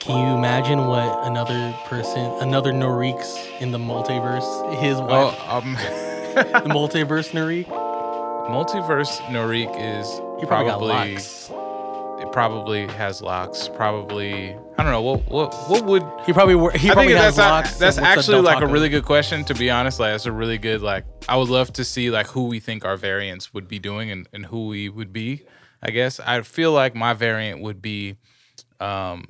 Can you imagine what another person, another Noreeks in the multiverse, his Oh, wife, um, the multiverse Noreek? multiverse Norik is He probably, got probably locks. it probably has locks. Probably I don't know what what what would He probably wore, he I probably think has that's a- locks. and that's what's up, actually Del like a Taco? really good question. To be honest, like that's a really good like I would love to see like who we think our variants would be doing and, and who we would be. I guess I feel like my variant would be, um,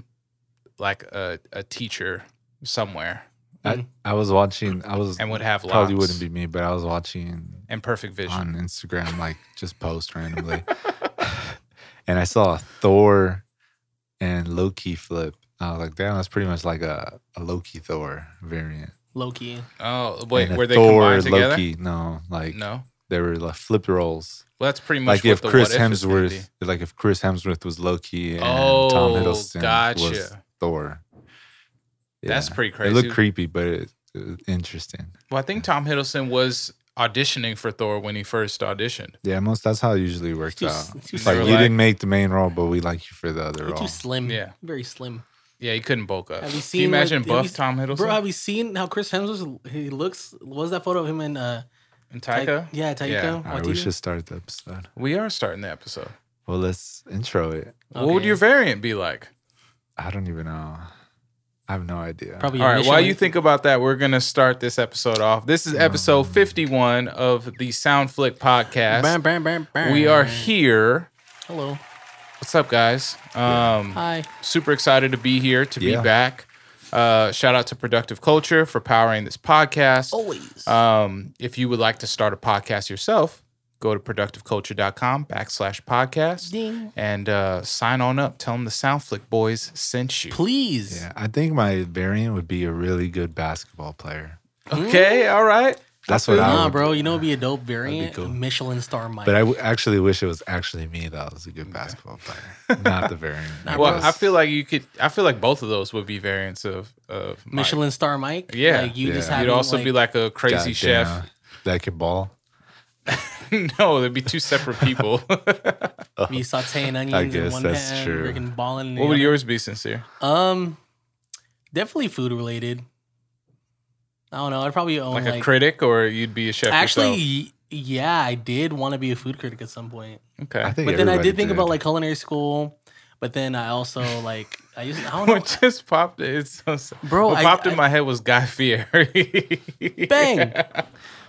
like a a teacher somewhere Mhm. I, I was watching. I was Mm-hmm. and would have locks. probably wouldn't be me, but I was watching and perfect vision. on Instagram, like just post randomly, and I saw Thor and Loki flip. I was like, damn, that's pretty much like a, a Loki Thor variant. Loki. Oh wait, And a were they combined together? Loki? No, like No. they were like flipped roles. Well, that's pretty much Like what if the Chris what if is gonna Hemsworth, like if Chris Hemsworth was Loki and Tom Oh, Hiddleston was gotcha. Thor. be. That's Yeah. pretty It crazy. looked creepy, but it, it was interesting. well, I think Tom Hiddleston was auditioning for Thor when he first auditioned. Yeah, most that's how it usually works too out. s- it's too It's like you similar. didn't make the main role, but we like you for the other You're role. too slim. Yeah. Very slim. Yeah, he couldn't bulk up. Have you Can you seen, like, imagine have buff you- Tom Hiddleston Bro, have you seen how Chris Hemsworth he looks? What was that photo of him in uh and Ty- Taika? yeah, Taika. Yeah. All right, Waititi? we should start the episode. We are starting the episode. Well, let's intro it. What would Okay. your variant be like? I don't even know. I have no idea. probably All right, while initially- you think about that, we're gonna start this episode off. This is episode Mm. 51 of the Sound Flick podcast. Bam, bam, bam, bam. We are here. Hello. What's up, guys? Um, Hi. super excited to be here to Yeah. be back uh, shout out to productive culture for powering this podcast Always. Uh, um, if you would like to start a podcast yourself go to productiveculture.com backslash podcast Ding. and uh, sign on up tell them the soundflick boys sent you Please. Yeah, I think my variant would be a really good basketball player. okay all right That's what I Nah, would. bro. You know, it'd be a dope variant. cool. Michelin star Mike. But I w- actually wish it was actually me that was a good basketball player, not the variant. Nah, well bro. i feel like you could i feel like both of those would be variants of, of Mike. Michelin star Mike. Yeah. Like you just Yeah. have. you'd also be like a God crazy damn, chef that could ball. no there'd be two separate people what be sauteing onions in guess one that's hand, true. freaking balling. in the would other. yours be sincere Um, definitely food related. I don't know. I'd probably own like, like, a critic or you'd be a chef actually. yourself? y- Yeah, I did want to be a food critic at some point, okay I think but then I everybody did think about like culinary school. But then I also like I used I don't know, What just popped? It's so sad. bro. what I, popped I, in my head was Guy Fieri. bang.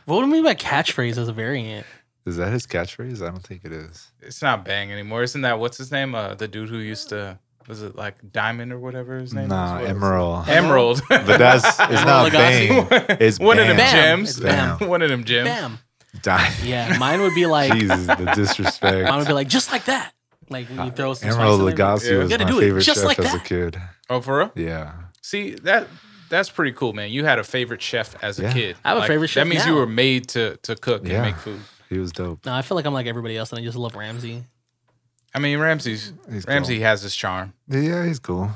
What do you mean by catchphrase as a variant? Is that his catchphrase? I don't think it is. It's not Bang anymore. Isn't that what's his name? Uh, the dude who used to was it like Diamond or whatever his name? Nah, was? Emerald. Emerald. But that's it's not Emerald Bane. It's one of them Bam. gems. It's Bam. One of them gems. Bam. Die. Yeah, mine would be like Jesus, the mine would disrespect. be like just like that. Like when you throw some Emerald spice in there. Lagasse Yeah. was You my gotta do it favorite just chef like as a that. kid. Oh, for real? Yeah, See that that's pretty cool, man. You had a favorite chef as a Yeah. kid. I have a favorite chef That means you now. were made to to cook Yeah. and make food. he was dope. No, I feel like I'm like everybody else, and I just love Ramsey. I mean, Ramsey's He's Ramsey has his charm. cool. Yeah, he's cool.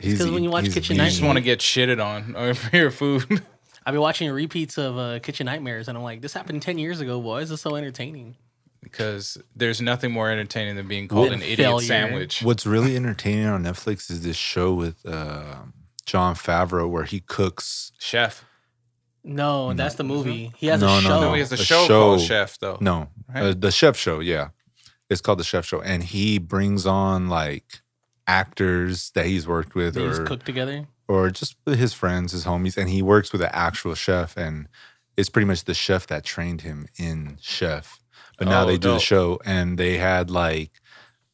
He's 'cause when you watch he's Kitchen You mean. just want to get shitted on over your food. I've been watching repeats of uh, Kitchen Nightmares, and I'm like, this happened ten years ago. Why is this so entertaining? because there's nothing more entertaining than being called Than an idiot failure. sandwich. What's really entertaining on Netflix is this show with uh, John Favreau where he cooks. Chef. No, Mm-hmm. that's the movie. He has No, a no, show. No, no. he has a, a show, show. called Chef, though. No, Right. uh, the chef show. Yeah, it's called the chef show, and he brings on like actors that he's worked with They just or cook together. or just his friends, his homies, and he works with an actual chef, and it's pretty much the chef that trained him in chef. But now Oh, they do the dope. show, and they had like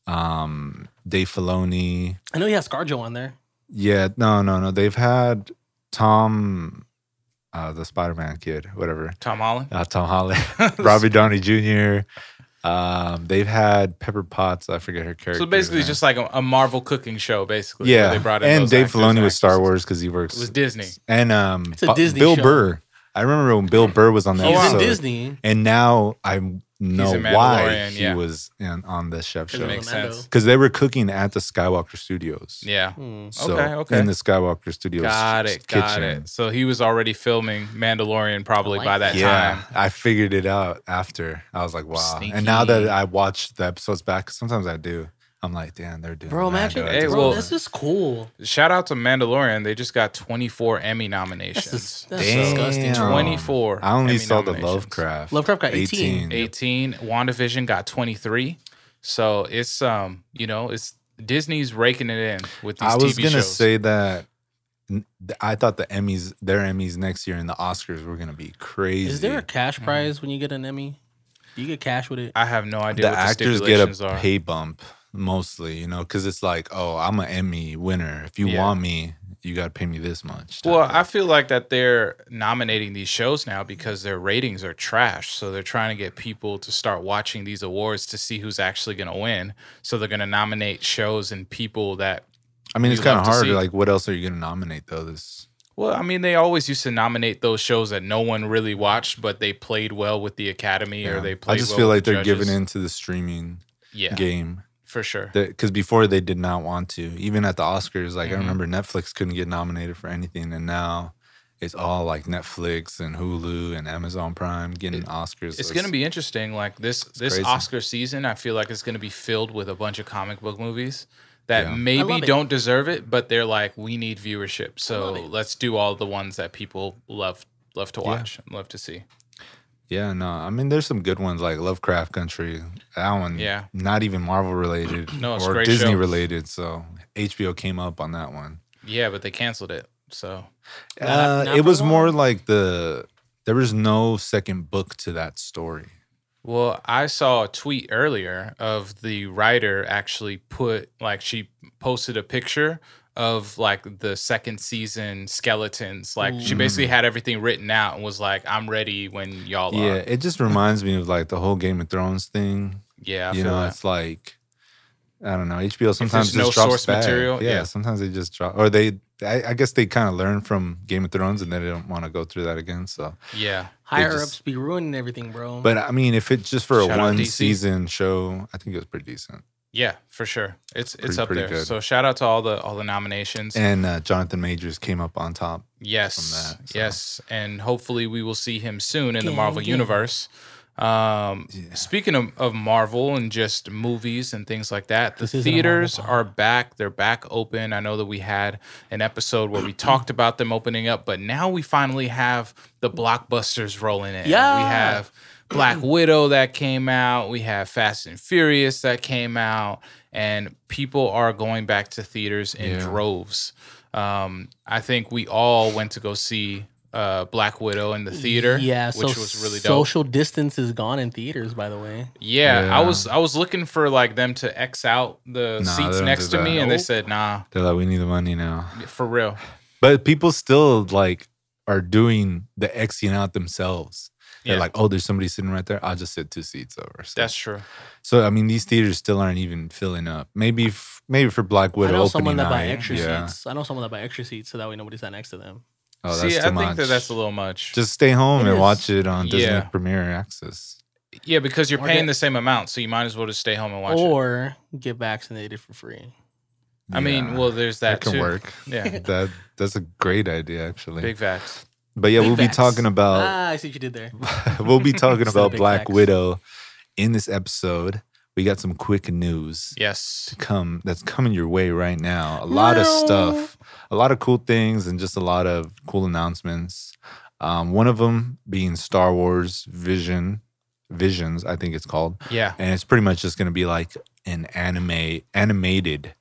um Dave Filoni. I know he has ScarJo on there. Yeah, no, no, no. They've had Tom, uh, the Spider Man kid, whatever. Tom Holland. Uh, Tom Holland, Robbie Downey Jr. Um, they've had Pepper Potts. I forget her character. so basically, just like a, a Marvel cooking show, basically. where yeah. They brought in and those Dave actors Filoni with Star actresses. Wars because he works It was Disney. and um, It's a Bu- Disney Bill show. Burr. I remember when Bill Burr was on that Oh, He's in wow. episode, Disney. and now I know in why Mandalorian, he yeah. was in, on the chef Because of It show makes Orlando. sense. because they were cooking at the Skywalker Studios. Yeah. Hmm. So Okay, okay. in the Skywalker Studios Got it. kitchen. Got it. So he was already filming Mandalorian probably I like by that that. Yeah, time. I figured it out after. I was like, wow. And now that Sneaky. I watch the episodes back, 'cause sometimes I do. I'm like, damn, they're doing. Bro, imagine, Mando. Hey, bro, well- this is cool. Shout out to Mandalorian. They just got 24 Emmy That's, nominations. dis- that's Damn. disgusting. Damn. 24. I only Emmy saw the nominations. Lovecraft. Lovecraft got 18. 18. WandaVision got 23. So it's um, you know, it's Disney's raking it in with these I was TV gonna shows. say that. n- th- I thought the Emmys, their Emmys next year, and the Oscars were gonna be crazy. Is there a cash prize when you get an Emmy? Do you get cash with it? I have no idea the what actors the get stipulations a are. pay bump mostly, you know, because it's like, oh, I'm an Emmy winner. If you Yeah. want me, you gotta pay me this much. type Well, of- I feel like that they're nominating these shows now because their ratings are trash. So they're trying to get people to start watching these awards to see who's actually going to win. So they're going to nominate shows and people that. I mean, it's you'd kind of love to hard. see. Like, what else are you gonna nominate though? This Well, I mean, they always used to nominate those shows that no one really watched, but they played well with the Academy yeah. or they played. I just well feel with like the they're giving judges. into the streaming Yeah, game for sure. because before they did not want to. Even at the Oscars, like Mhm. I remember Netflix couldn't get nominated for anything, and now it's all like Netflix and Hulu and Amazon Prime getting Oscars. It's going to be interesting. Like this this crazy. Oscar season, I feel like it's going to be filled with a bunch of comic book movies that Yeah. I maybe love it. don't deserve it, but they're like, we need viewership, so love it. let's do all the ones that people love love to watch and love to see. yeah, no, I mean there's some good ones like Lovecraft Country. That one, Yeah. not even Marvel related No, it's a or great Disney show. related. So HBO came up on that one. Yeah, but they canceled it. So Not- Uh, not it for was long? more like the there was no second book to that story. Well, I saw a tweet earlier of the writer actually put like she posted a picture of like the second season skeletons. Like Mm. she basically had everything written out and was like, "I'm ready when y'all Yeah, are." it just reminds me of like the whole Game of Thrones thing. Yeah, I you feel know, that. it's like I don't know. HBO sometimes just no drops source bad. material, Yeah, yeah. sometimes they just drop, or they. I, I guess they kind of learn from Game of Thrones, and they don't want to go through that again. So, yeah. Higher just- ups be ruining everything, bro. but I mean, if it's just for a Shout out one DC. season show, I think it was pretty decent. Yeah, for sure. It's it's Pretty- up pretty there. good. So shout out to all the all the nominations. And uh, Jonathan Majors came up on top. yes. that, so. Yes, and hopefully we will see him soon in the Gang, Marvel gang. universe. Um Yeah. speaking of, of Marvel and just movies and things like that, the This isn't a Marvel theaters are back. They're back open. I know that we had an episode where we talked about them opening up, but now we finally have the blockbusters rolling in. We Yeah. have Black Widow that came out, we have Fast and Furious that came out, and people are going back to theaters in Yeah. droves. Um, I think we all went to go see uh, Black Widow in the theater, yeah, which so was really dope. social distance is gone in theaters, by the way. Yeah, I Yeah. was I was looking for like them to X out the Nah, they seats don't next do to me, that. and they Nope. said, "Nah, They're like, we need the money now. for real." But people still like are doing the Xing out themselves. They're Yeah, like, oh, there's somebody sitting right there. I'll just sit two seats over. So. that's true. So I mean, these theaters still aren't even filling up. Maybe, f- maybe for Black Widow I know opening someone that night. buy extra yeah. seats. I know someone that buy extra seats so that way nobody sat next to them. Oh, that's See, too I much. think that that's a little much. Just stay home It and is. watch it on Disney Yeah. Premier Access. yeah, because you're Or paying get- the same amount, so you might as well just stay home and watch it. or get vaccinated for free. I mean, Yeah, well, there's that, that can too. work. Yeah, That that's a great idea, actually. big facts. but yeah, big we'll be facts. talking Oh. about ah, I see what you did there. we'll be talking Instead of about big Black facts. Widow in this episode. We got some quick news. Yes, come that's coming your way right now. A lot of stuff, a lot of cool things, and just a lot of cool announcements. Um, one of them being Star Wars Vision Visions, I think it's called, yeah, and it's pretty much just going to be like an anime animated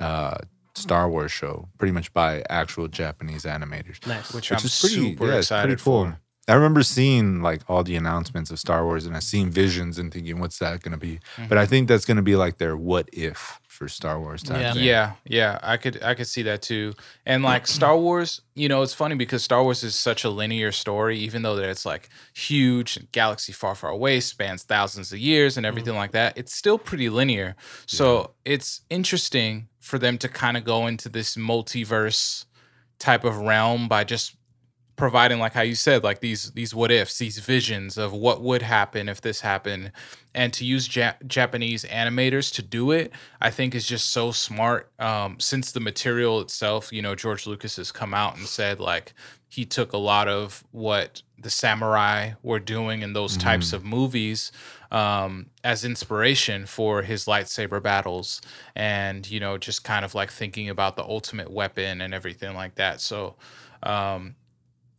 uh, Star Wars show, pretty much by actual Japanese animators. Nice. which, Which I'm super yeah, it's pretty excited for. I remember seeing like all the announcements of Star Wars and I seen visions and thinking, what's that going to be? Mm-hmm. But I think that's going to be like their what if for Star Wars type Yeah. thing. Yeah, yeah, I could I could see that too. And like Star Wars, you know, it's funny because Star Wars is such a linear story, even though that it's like huge, and galaxy far, far away, spans thousands of years and everything like that. It's still pretty linear. So it's interesting for them to kind of go into this multiverse type of realm by just providing like how you said like these these what ifs these visions of what would happen if this happened and to use ja- japanese animators to do it i think is just so smart um, since the material itself you know george lucas has come out and said like he took a lot of what the samurai were doing in those types of movies um, as inspiration for his lightsaber battles and you know just kind of like thinking about the ultimate weapon and everything like that so um,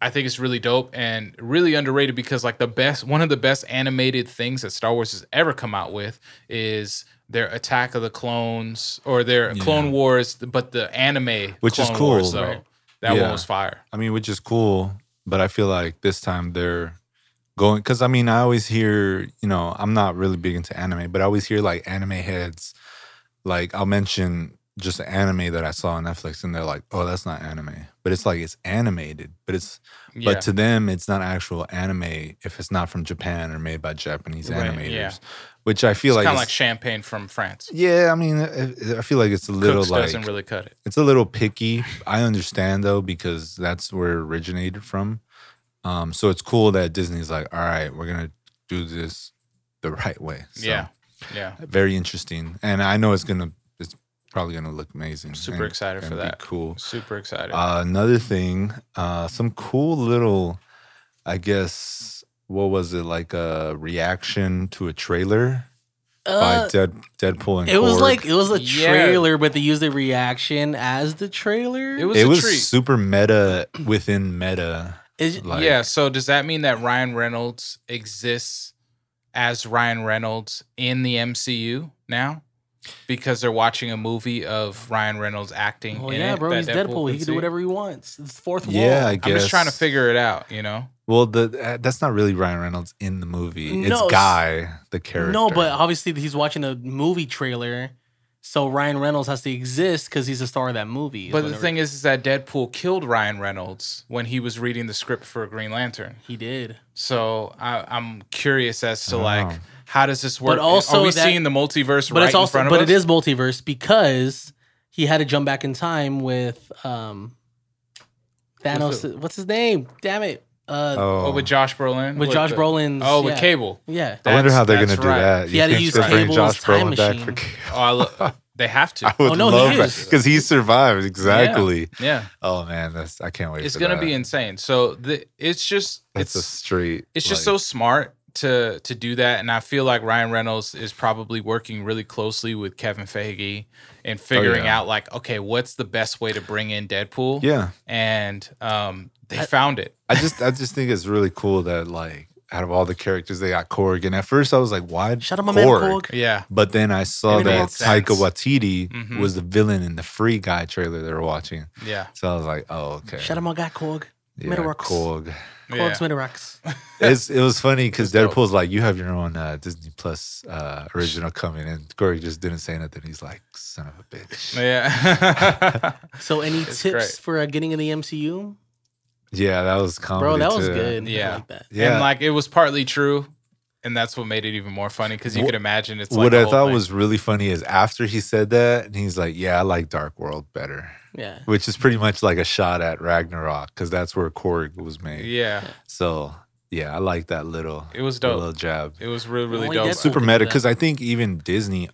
I think it's really dope and really underrated because like the best one of the best animated things that Star Wars has ever come out with is their Attack of the Clones or their Yeah. Clone Wars, but the anime Which is Clone cool. Wars, though. Right. That Yeah. one was fire. I mean, which is cool, but I feel like this time they're going because I mean, I always hear, you know, I'm not really big into anime, but I always hear like anime heads. Like I'll mention just an anime that I saw on Netflix, and they're like, "Oh, that's not anime," but it's like it's animated, but it's Yeah. but to them it's not actual anime if it's not from Japan or made by Japanese Right, animators, yeah. which I feel it's like, kind of like it's- champagne from France. yeah, I mean, I I feel like it's a little Cooks like doesn't really cut it. it's a little picky. I understand though because that's where it originated from. Um, so it's cool that Disney's like, all right, we're gonna do this the right way. So, Yeah. Yeah. very interesting, and I know it's gonna it's probably gonna look amazing. Super and- excited for and be that. Cool. Super excited. Uh, another thing, uh, some cool little, I guess, what was it like a reaction to a trailer by Uh, Dead, Deadpool and it was Korg. like it was a Yeah. trailer, but they used the reaction as the trailer. it was it a was treat. super meta within meta. It's- Like, yeah. So does that mean that Ryan Reynolds exists as Ryan Reynolds in the MCU now? Because they're watching a movie of Ryan Reynolds acting. well, in Oh, yeah, it bro, that he's Deadpool. He can could do see? whatever he wants. It's fourth wall. yeah, I guess. I'm just trying to figure it out. You know, Well, the uh, that's not really Ryan Reynolds in the movie. It's No, s- Guy, the character. No, but uh, obviously he's watching a movie trailer, so Ryan Reynolds has to exist because he's the star of that movie. but the Whatever thing is, is that Deadpool killed Ryan Reynolds when he was reading the script for Green Lantern. he did. So I, I'm curious as to Oh. like how does this work? also are we that- seeing the multiverse But right it's also, in front of but us? it is multiverse because he had to jump back in time with um Thanos. Who's what's his name? Damn it! Uh, Oh, oh, with Josh Brolin. with Josh the- Brolin's. Oh, with yeah. Cable. Yeah. I wonder That's- how they're gonna that's do right. that. He had to think use they're bringing Cable's time machine. Cable? Oh, I lo- they have I to. would Oh, no, he love is. because he survived exactly. Yeah, Oh man, that's I can't wait. it's for gonna that. be insane. So the, it's just That's it's a straight. it's just so like- smart to to do that, and I feel like Ryan Reynolds is probably working really closely with Kevin Feige and figuring Oh, yeah. out like, okay, what's the best way to bring in Deadpool? yeah. and um, they found it. I just I just think it's really cool that like out of all the characters they got Korg, and at first I was like, why Shut up, my man. Korg. Yeah, But then I saw It made that more sense. Taika Waititi Mhm. was the villain in the Free Guy trailer they were watching. yeah, So I was like, oh, okay. Shut up, my guy Korg. Yeah, Middleworks. Korg. Korg's yeah. Midorix. It's, it was funny because It's dope. Deadpool's like, you have your own uh, Disney Plus uh, original coming. And Corey just didn't say nothing. He's like, son of a bitch. yeah. So, any It's tips great. for uh, getting in the MCU, Yeah, that was comedy. bro? That was too. good. I Yeah. like that. Yeah. And like it was partly true, and that's what made it even more funny because you Wh- could imagine it's like what the I whole thought thing. was really funny is after he said that, and he's like, yeah, I like Dark World better, Yeah. which is pretty much like a shot at Ragnarok because that's where Korg was made. yeah, So, yeah, I like that little, it was little dope. jab. It was really really Only dope. Deadpool Super did meta that. because I think even Disney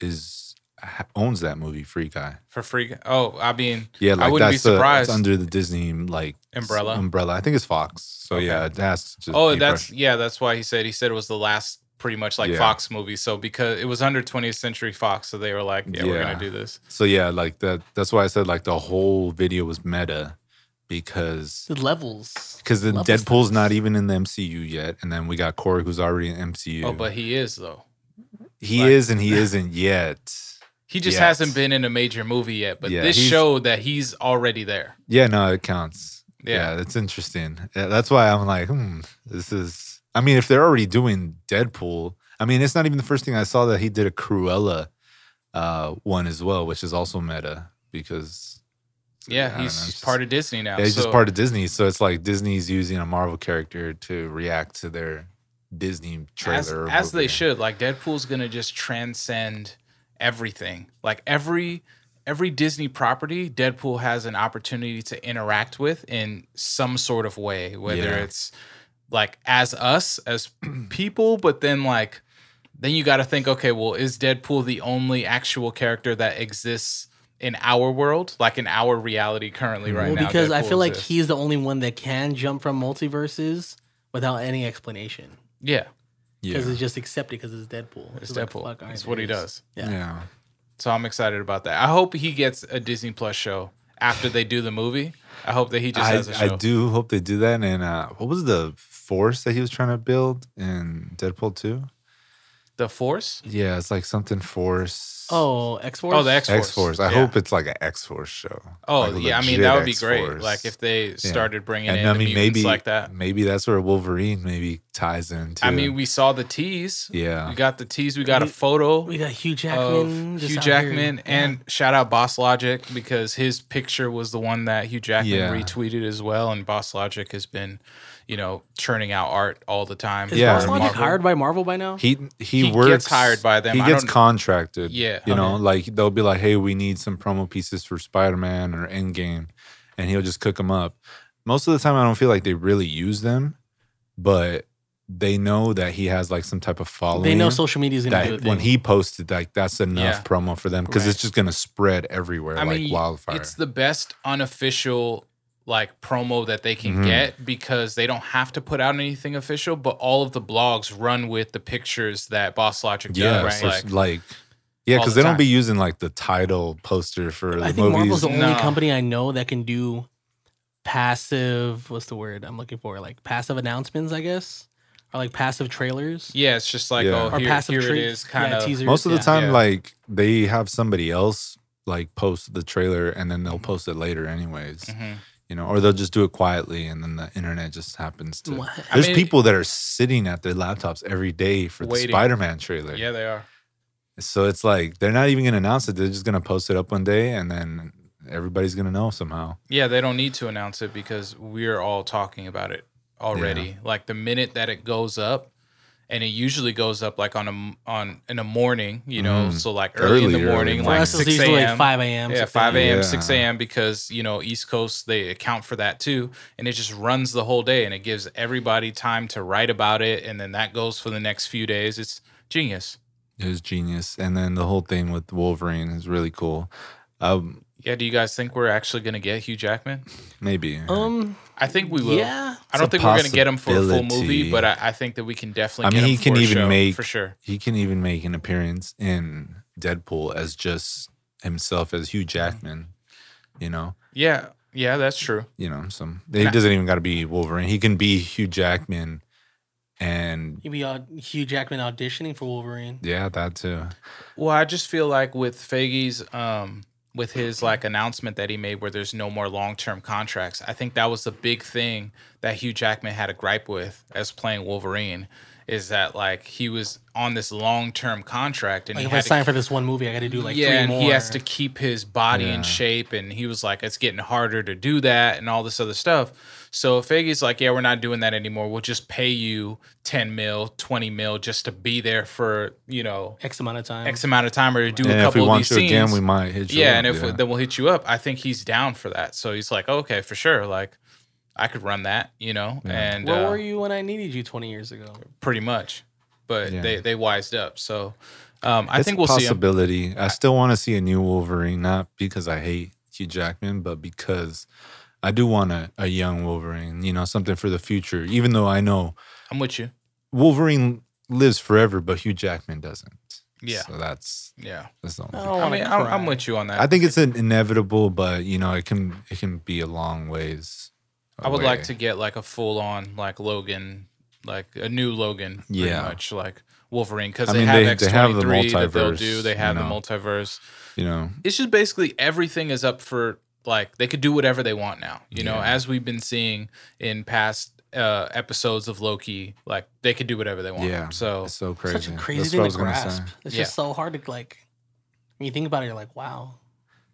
is ha- owns that movie, Free Guy. for free. Oh, I mean, Yeah, like wouldn't be that's the- it's surprised. under the Disney like Umbrella? s- Umbrella, I think it's Fox. So Okay. yeah, that's just oh, be that's fresh. yeah, that's why he said he said it was the last pretty much like Yeah. Fox movie. So because it was under 20th Century Fox, so they were like, yeah, we're Yeah. gonna do this. so yeah, like that. That's why I said like the whole video was meta because The levels. because the Love those Deadpool's not things. even in the MCU yet, and then we got Korg who's already in MCU. Oh, but he is though. he like- is and he isn't yet. He just Yes. hasn't been in a major movie yet, but Yeah, this he's- showed that he's already there. Yeah, no, it counts. Yeah. Yeah, that's interesting. Yeah, That's why I'm like, hmm, this is. I mean, if they're already doing Deadpool, I mean, it's not even the first thing I saw that he did a Cruella uh, one as well, which is also meta because I Yeah, don't he's know, he's it's part of Disney now. yeah, he's so- just part of Disney. So it's like Disney's using a Marvel character to react to their Disney trailer. as, or as they movie. should like deadpool's gonna just transcend everything like every every Disney property, Deadpool has an opportunity to interact with in some sort of way, whether Yeah. it's like as us as people, but then like then you got to think, okay, well, is Deadpool the only actual character that exists in our world, like in our reality Mm-hmm. currently right well, now? because I Deadpool feel like exists? he's the only one that can jump from multiverses without any explanation yeah, because Yeah. it's just accepted because it's Deadpool. it's like, Deadpool. fuck, all right, That's what there he it is. does. Yeah. Yeah. So I'm excited about that. I hope he gets a Disney Plus show after they do the movie. I hope that he just has a I, show. I do hope they do that. And uh, what was the force that he was trying to build in Deadpool 2? The Force? Yeah, it's like something force. Oh, X Force. Oh, the X Force. X Force. I hope it's like an X Force show. Oh Like a yeah, I mean legit that would be X-Force. great. Like if they started bringing and in I the mean mutants maybe like that. Maybe that's where Wolverine maybe ties into. I mean, we saw the tease. Yeah. we got the tease. We got a We- photo We got Hugh Jackman. of just Hugh out here. Jackman and shout out Boss Logic because his picture was the one that Hugh Jackman Yeah. retweeted as well. And Boss Logic has been, you know, churning out art all the time. Is Yeah. Boss Logic Marvel. hired by Marvel by now? he he, he gets works hired by them. He I gets don't- contracted. Yeah. you know, like they'll be like, "Hey, we need some promo pieces for Spider Man or Endgame," and he'll just cook them up. Most of the time, I don't feel like they really use them, but they know that he has like some type of following. They know social media is going to do that it. when he posted, like that's enough Yeah. promo for them because Right. it's just gonna spread everywhere like wildfire. It's the best unofficial like promo that they can Mhm. get because they don't have to put out anything official, but all of the blogs run with the pictures that Boss Logic Yeah, does. so Right? it's Like, like, yeah, all because the they don't time. be using like the title poster for the I think movies. Marvel's the only No. company I know that can do passive. What's the word I'm looking for? Like passive announcements, I guess, or like passive trailers yeah, it's just like Yeah. oh or here, passive here it tra- is kind of teasers. Most of the yeah. time, Yeah. like they have somebody else like post the trailer and then they'll Mm-hmm. post it later, anyways. Mhm. You know, or they'll just do it quietly and then the internet just happens to. What? I There's mean- people that are sitting at their laptops every day for Waiting. the Spider-Man trailer. Yeah, they are. So it's like they're not even gonna announce it. They're just gonna post it up one day and then everybody's gonna know somehow. Yeah, they don't need to announce it because we're all talking about it already. Like the minute that it goes up, and it usually goes up like on a on in the morning, you know, Mhm. so like early, in Early, the early morning, morning. For like us, it's six usually like a.m. 5 a.m. Yeah, 6 5 a.m., Yeah. 6 a.m. because, you know, East Coast, they account for that too. And it just runs the whole day and it gives everybody time to write about it. And then that goes for the next few days. It's genius. It was genius. And then the whole thing with Wolverine is really cool. Um, Yeah. Do you guys think we're actually going to get Hugh Jackman? maybe. Um, I think we will. yeah. I don't It's a think we're going to get him for a full possibility. movie, but I, I think that we can definitely I get mean, him he for can a even show, make- For sure. he can even make an appearance in Deadpool as just himself as Mm-hmm. Hugh Jackman. You know, Yeah. Yeah, that's true. you know, some he Nah. doesn't even got to be Wolverine. He can be Hugh Jackman, and He'd be au- Hugh Jackman auditioning for Wolverine. yeah, that too. Well, I just feel like with Faggy's, um, with his like announcement that he made, where there's no more long term contracts, I think that was the big thing that Hugh Jackman had a gripe with as playing Wolverine, is that like he was on this long term contract and Like he if I had sign to, for this one movie, I got to do like yeah, three and more. he has to keep his body Yeah. in shape, and he was like, it's getting harder to do that and all this other stuff. So Faggy's like, yeah, we're not doing that anymore. We'll just pay you ten mil, twenty mil, just to be there for you know X amount of time. X amount of time or do and a if we couple of want these you again, scenes. we might hit you. yeah, up, and if then we'll hit you up. I think he's down for that. So he's like, okay, for sure. Like, I could run that, you know, Yeah. and Where uh, were you when I needed you 20 years ago? pretty much. But Yeah. they they wised up. So um, I It's think a we'll see him. possibility. I still want to see a new Wolverine, not because I hate Hugh Jackman, but because I do want a, a young Wolverine. You know, something for the future. Even though I know I'm with you. Wolverine lives forever, but Hugh Jackman doesn't. Yeah. So that's Yeah, that's the only. I thing. don't I want mean, to. I'm, I'm with you on that. I think it's an inevitable, but you know, it can it can be a long ways. I would away. like to get like a full on like Logan, like a new Logan, pretty Yeah. much like Wolverine because I they, mean, have they- they have the X23 that they'll multiverse, do. They you have the know. multiverse. you know, it's just basically everything is up for like they could do whatever they want now. You know, Yeah. as we've been seeing in past uh episodes of Loki, like they could do whatever they want. Yeah. So it's so crazy. Such a crazy That's thing what to I was gonna grasp. say. It's Yeah. just so hard to like. When you think about it, you're like, wow,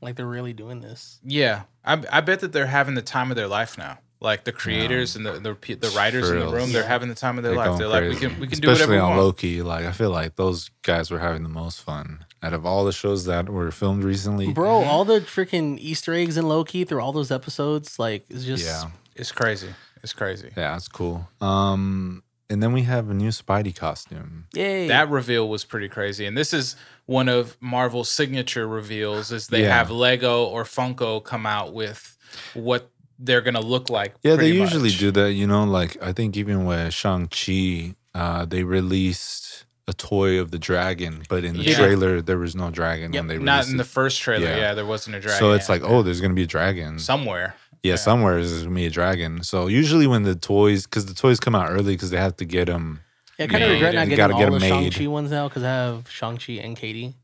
like they're really doing this. yeah, I I bet that they're having the time of their life now. like the creators and the the, pe- the writers For in the real. room, they're Yeah. having the time of their They're life. going They're like, we crazy. can we can do whatever Especially we on want. Loki, like I feel like those guys were having the most fun out of all the shows that were filmed recently. Bro, all the freaking Easter eggs in Loki through all those episodes, like, it's just Yeah, It's crazy. It's crazy. yeah, that's cool. Um, and then we have a new Spidey costume. yay. That reveal was pretty crazy. And this is one of Marvel's signature reveals is they Yeah. have Lego or Funko come out with what they're gonna look like. Yeah, they pretty usually much. do that. You know, like I think even with Shang Chi, uh, they released a toy of the dragon, but in the Yeah. trailer there was no dragon Yep, when they Not released in the it. first trailer, yeah. Yeah. there wasn't a dragon. so it's like, oh, there's gonna be a dragon. somewhere. yeah, yeah. somewhere is gonna be a dragon. So usually when the toys, because the toys come out early, because they have to get them. yeah, I kind of made. regret not You getting gotta all get the 'em made. Shang-Chi ones now because I have Shang-Chi and Katie.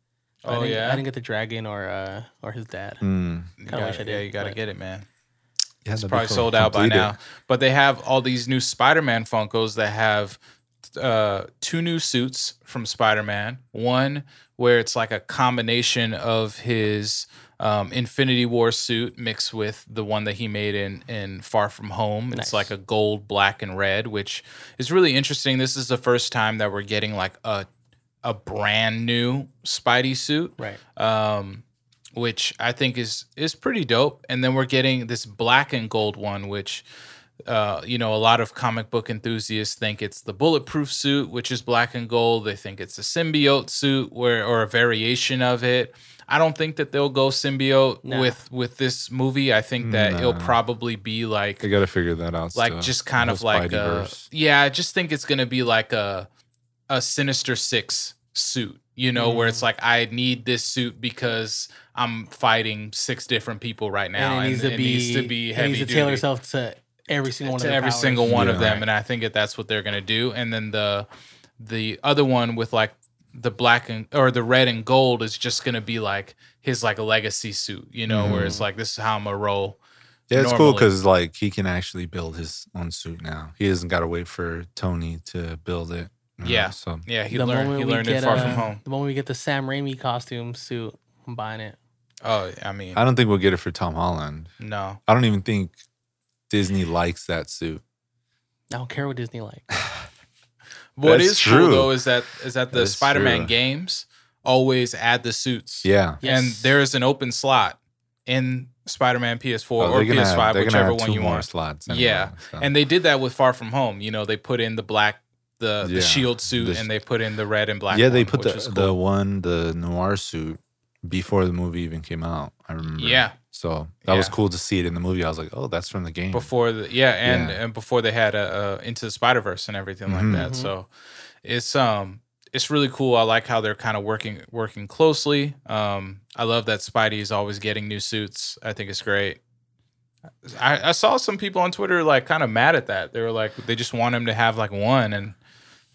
I Oh, didn't- yeah? I didn't get the dragon or uh, or his dad. Mm, hmm, You Kinda wish gotta- I yeah, did, you gotta but- get it, man. It's probably sold out by now. But they have all these new Spider-Man Funkos that have uh, two new suits from Spider-Man. One where it's like a combination of his um, Infinity War suit mixed with the one that he made in in Far From Home. It's Nice. like a gold, black, and red, which is really interesting. This is the first time that we're getting like a a brand new Spidey suit Right. um, which I think is is pretty dope. And then we're getting this black and gold one, which uh, you know a lot of comic book enthusiasts think it's the bulletproof suit, which is black and gold. They think it's a symbiote suit, where or a variation of it. I don't think that they'll go symbiote Nah. with with this movie. I think that it'll Nah. probably be like I gotta figure that out. like still. just kind The of whole like a, Spideyverse. yeah i just think it's gonna be like a a sinister six suit you know where Mm. it's like i need this suit because i'm fighting six different people right now and it needs to be it heavy needs to tailor duty itself to every single one of to their every powers. single one of Yeah. them and i think that that's what they're gonna do and then the the other one with like the black and or the red and gold is just gonna be like his like legacy suit you know where Mm-hmm. it's like this is how i'm gonna roll yeah, it's cool normally. because like he can actually build his own suit now. He doesn't gotta wait for Tony to build it. you know, Yeah. so yeah he The learned moment he we learned it get, far uh, from home The moment we get the Sam Raimi costume suit, I'm buying it. oh i mean I don't think we'll get it for Tom Holland. no I don't even think Disney likes that suit. I don't care what Disney like. What That's is true. cool though is that is that the That's Spider-Man true. games always add the suits. Yeah. And Yes. there is an open slot in Spider-Man PS4 or Oh, they're gonna PS5, have- they're gonna whichever have one two you more want. Slots Yeah. so. And they did that with Far From Home. You know, they put in the black, the, Yeah. the shield suit, The- and they put in the red and black. yeah, they one, put the, which is the cool. one the noir suit before the movie even came out. I remember. yeah So that was Yeah. cool to see it in the movie. I was like, oh, that's from the game. before the yeah and Yeah. and before they had a, a Into the Spider Verse and everything Mhm. like that. Mhm. So it's um it's really cool. I like how they're kind of working working closely. Um, I love that Spidey is always getting new suits. I think it's great. I, I saw some people on Twitter like kind of mad at that. They were like they just want him to have like one, and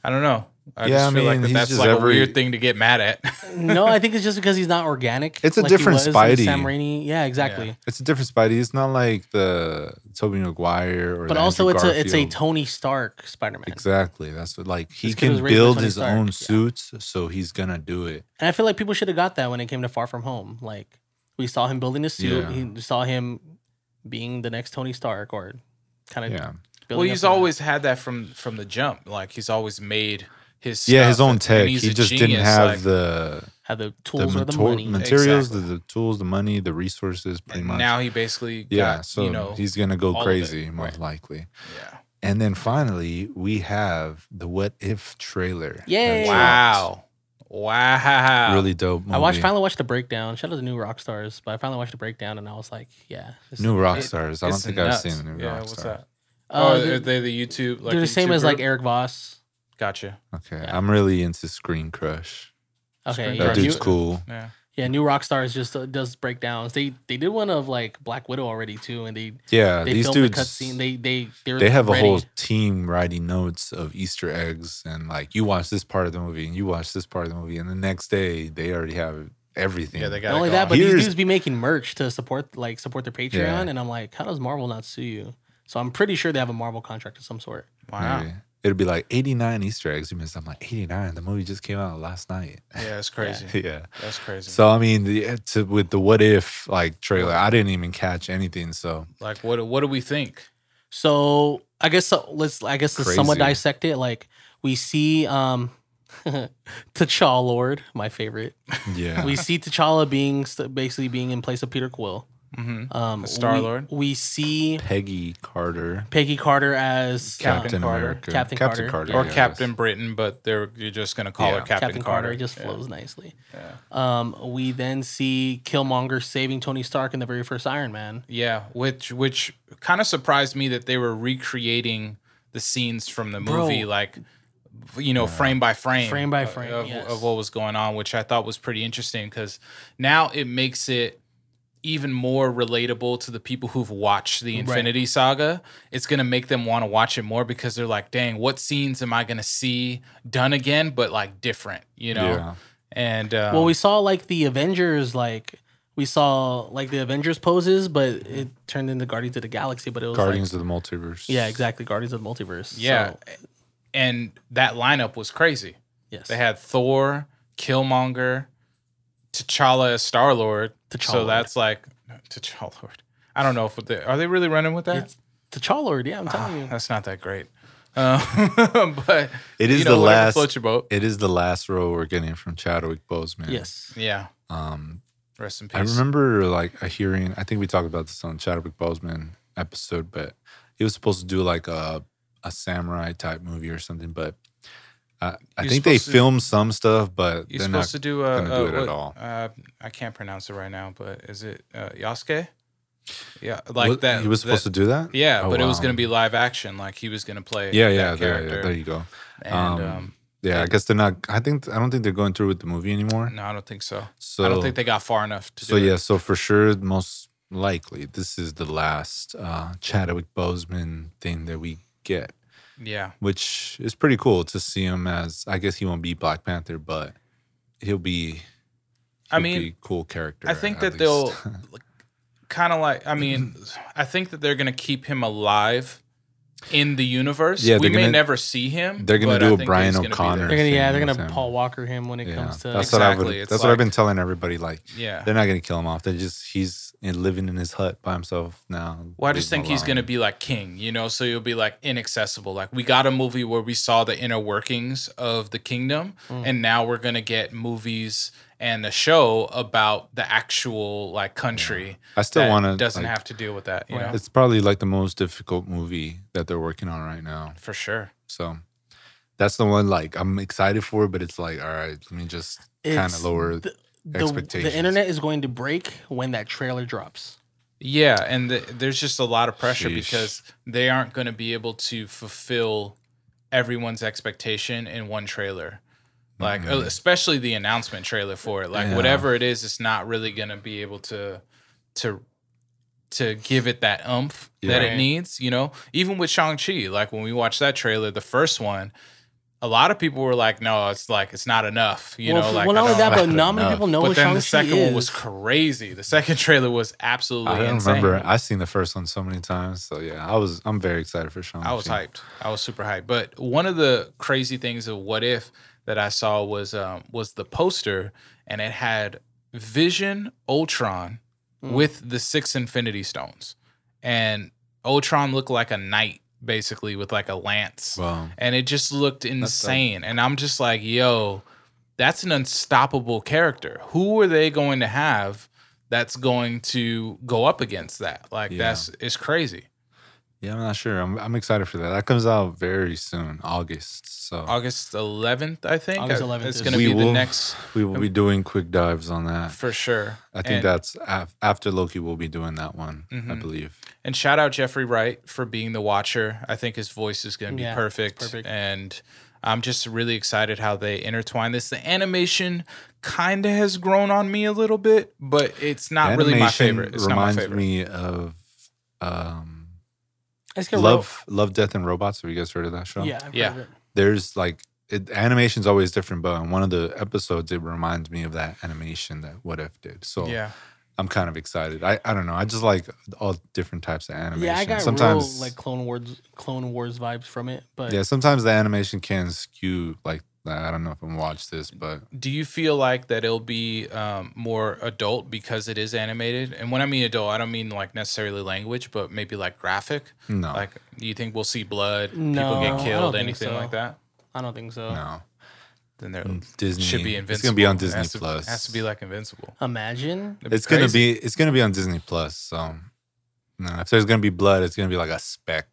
I don't know. I Yeah, just I feel like mean, that he's that's just like a every- weird thing to get mad at. no, I think it's just because he's not organic. It's a he different was in Spidey. Sam Raimi. Yeah, exactly. It's a different Spidey. It's not like the Tobey Maguire or But the also, Andrew it's a it's a Garfield. Tony Stark Spider-Man, Exactly. That's what, like he This kid was can raised by build Tony his Stark, own yeah. suits, so he's gonna do it. and I feel like people should have got that when it came to Far From Home. Like we saw him building his suit, Yeah. he saw him being the next Tony Stark, or kind of. Yeah, well, he's always had that from from the jump. Like he's always made his yeah. His stuff, own and tech. He he's a just didn't genius, have like- the had the the, tools or the mater- money. materials, Exactly. the, the tools, the money, the resources, pretty And much. Now he basically yeah, got, so you know, he's gonna go all of it, crazy, most right. likely. yeah. And then finally, we have the What If trailer. that Yay. dropped. Wow. Wow. Really dope. Movie. I watched finally watched the breakdown. Shout out to New Rock Stars, but I finally watched the breakdown and I was like, yeah, this- New Rock It- Stars. I don't It's think nuts. I've seen New yeah, Rock what's Stars. that? uh, oh, they're, are they the YouTube like they're the same YouTube as like group? Eric Voss. Gotcha. Okay, Yeah. I'm really into Screen Crush. Okay, Screen yeah, That Crush. New, dude's cool. Yeah. yeah, New Rock Stars just uh, does breakdowns. They they did one of like Black Widow already too, and they Yeah, they these filmed dudes. the cutscene. They they they're they have a ready. whole team writing notes of Easter eggs and like you watch this part of the movie and you watch this part of the movie and the next day they already have everything. Yeah, they got Not it only that, going. but these Here's- dudes be making merch to support like support their Patreon, Yeah. and I'm like, how does Marvel not sue you? So I'm pretty sure they have a Marvel contract of some sort. Wow. Maybe. It'd be like 89 Easter eggs you missed. I'm like 89. The movie just came out last night. Yeah, it's crazy. yeah. That's crazy. So I mean, the, eh, to, with the what if like trailer, I didn't even catch anything. So like what what do we think? So I guess so, let's I guess let's somewhat Crazy. dissect it. Like we see um T'Challa Lord, my favorite. Yeah. We see T'Challa being st- basically being in place of Peter Quill. hmm Um, Star-Lord. We, we see Peggy Carter, Peggy Carter as uh, Captain Carter. America, Captain Carter. Or yes. Captain Britain, but they're you're just gonna call Yeah. her Captain, Carter. It just Yeah. flows nicely. Yeah. Um, we then see Killmonger saving Tony Stark in the very first Iron Man. Yeah, which which kind of surprised me that they were recreating the scenes from the Bro. movie, like you know, frame by frame, Frame by of- frame, of, yes. of what was going on, which I thought was pretty interesting because now it makes it even more relatable to the people who've watched the Infinity Saga. It's gonna make them want to watch it more because they're like, "Dang, what scenes am I gonna see done again, but like different?" You know. Yeah. And um, well, we saw like the Avengers, like we saw like the Avengers poses, but it turned into Guardians of the Galaxy. But it was Guardians Like, of the Multiverse. yeah, exactly. Guardians of the Multiverse. Yeah. So, and that lineup was crazy. yes. They had Thor, Killmonger, T'Challa as Star Lord. So T'Challa. that's like T'Challa Lord. I don't know if they are they really running with that. Ah, It's T'Challa. Yeah, I'm telling you. That's not that great. Um, but It you is know, the whatever last- floats your boat. It is the last role we're getting from Chadwick Boseman. Yes. Yeah. Um, Rest in peace. I remember like a hearing. I think we talked about this on Chadwick Boseman episode, but he was supposed to do like a a samurai type movie or something. But I, I You're think they supposed to- filmed some stuff, but You're they're supposed to not. do a, gonna do it at what- all. Uh, I can't pronounce it right now, but is it uh, Yasuke? Yeah, like What- that. He was supposed to do that. to. Yeah, Oh, but it was wow. going to be live action. Like he was going to play. Yeah, that yeah, there, character. yeah, there you go. and Um, um, Yeah, I guess they're not. I think I don't think they're going through with the movie anymore. um, no, I don't think so. So I don't think they got far enough to So do it. yeah, so for sure, most likely, this is the last uh, Chadwick Boseman thing that we get, Yeah. which is pretty cool to see him as. I guess he won't be Black Panther, but he'll be. I he'll mean, be cool character. I think at that least. they'll kind of like. I mean, I think that they're gonna keep him alive in the universe. Yeah, we they're may gonna- never see him. they're gonna but do I a think that Brian he's gonna be O'Connor. there. They're gonna, yeah, they're Same gonna with him. Paul Walker him when it Yeah, comes to. that's what I would. Exactly, it's That's what I've like- been telling everybody. Like, Yeah. they're not gonna kill him off. They just he's in, living in his hut by himself now. Well, I just leave him think he's alone. gonna be like king, you know. So you'll be like inaccessible. Like we got a movie where we saw the inner workings of the kingdom, and now we're gonna get movies and a show about the actual like country. I still that wanna, doesn't like- have to deal with that, you know, It's probably like the most difficult movie that they're working on right now. for sure. So that's the one like I'm excited for, but it's like, all right, let me just kind It's of lower. the- the, expectations. the internet is going to break when that trailer drops. Yeah, and th there's just a lot of pressure Sheesh. because they aren't going to be able to fulfill everyone's expectation in one trailer. Like uh, especially the announcement trailer for it. Like Yeah. whatever it is, it's not really going to be able to to to give it that umph that Yeah. it needs, you know? Even with Shang-Chi, like when we watched that trailer, the first one, a lot of people were like, "No, it's like it's not enough," you well, know, f- like well, I not only don't- that, but not many enough. people know but what then Shang-Chi the second is. one was crazy. The second trailer was absolutely I don't insane. remember. I've seen the first one so many times. So yeah, I was I'm very excited for Sean. I was hyped. I was super hyped. But one of the crazy things of What If that I saw was um, was the poster, and it had Vision Ultron Mm. with the six Infinity Stones, and Ultron looked like a knight basically with like a lance, Well, and it just looked insane. And I'm just like, yo, that's an unstoppable character. Who are they going to have? That's going to go up against that. Like Yeah. that's it's crazy. yeah, I'm not sure. I'm I'm excited for that. That comes out very soon, August. So August 11th, I think. August I- 11th It's is- going to We be the will- next we will be doing quick dives on that. for sure. I and, think Mm-hmm. that's af- after Loki. We'll be doing that one, I believe. And shout out Jeffrey Wright for being the Watcher. I think his voice is going to be Yeah, it's perfect. perfect. And I'm just really excited how they intertwine this. The animation kind of has grown on me a little bit, but it's not really my Animation favorite. It's not my reminds favorite. me of um, I just get Love, Love, Death, and Robots. Have you guys heard of that show? real- Yeah, I've Yeah. heard of it. there's like it, animation's always different, but in one of the episodes, it reminds me of that animation that What If did. So yeah. I'm kind of excited. I, I don't know. I just like all different types of animation. Yeah, I got sometimes real like Clone Wars, Clone Wars vibes from it. But yeah, sometimes the animation can skew like I don't know if I'm gonna watch this, but Do you feel like that it'll be um, more adult because it is animated? And when I mean adult, I don't mean like necessarily language, but maybe like graphic. no, Like, do you think we'll see blood, No, people I get don't killed, think anything so. like that? I don't think so. no. Then there Mm, Disney should be invincible. It's gonna be on It Disney has to- Plus. Has to be like invincible. Imagine. That'd It's gonna crazy. be it's gonna be on Disney Plus. So no, if there's gonna be blood, it's gonna be like a speck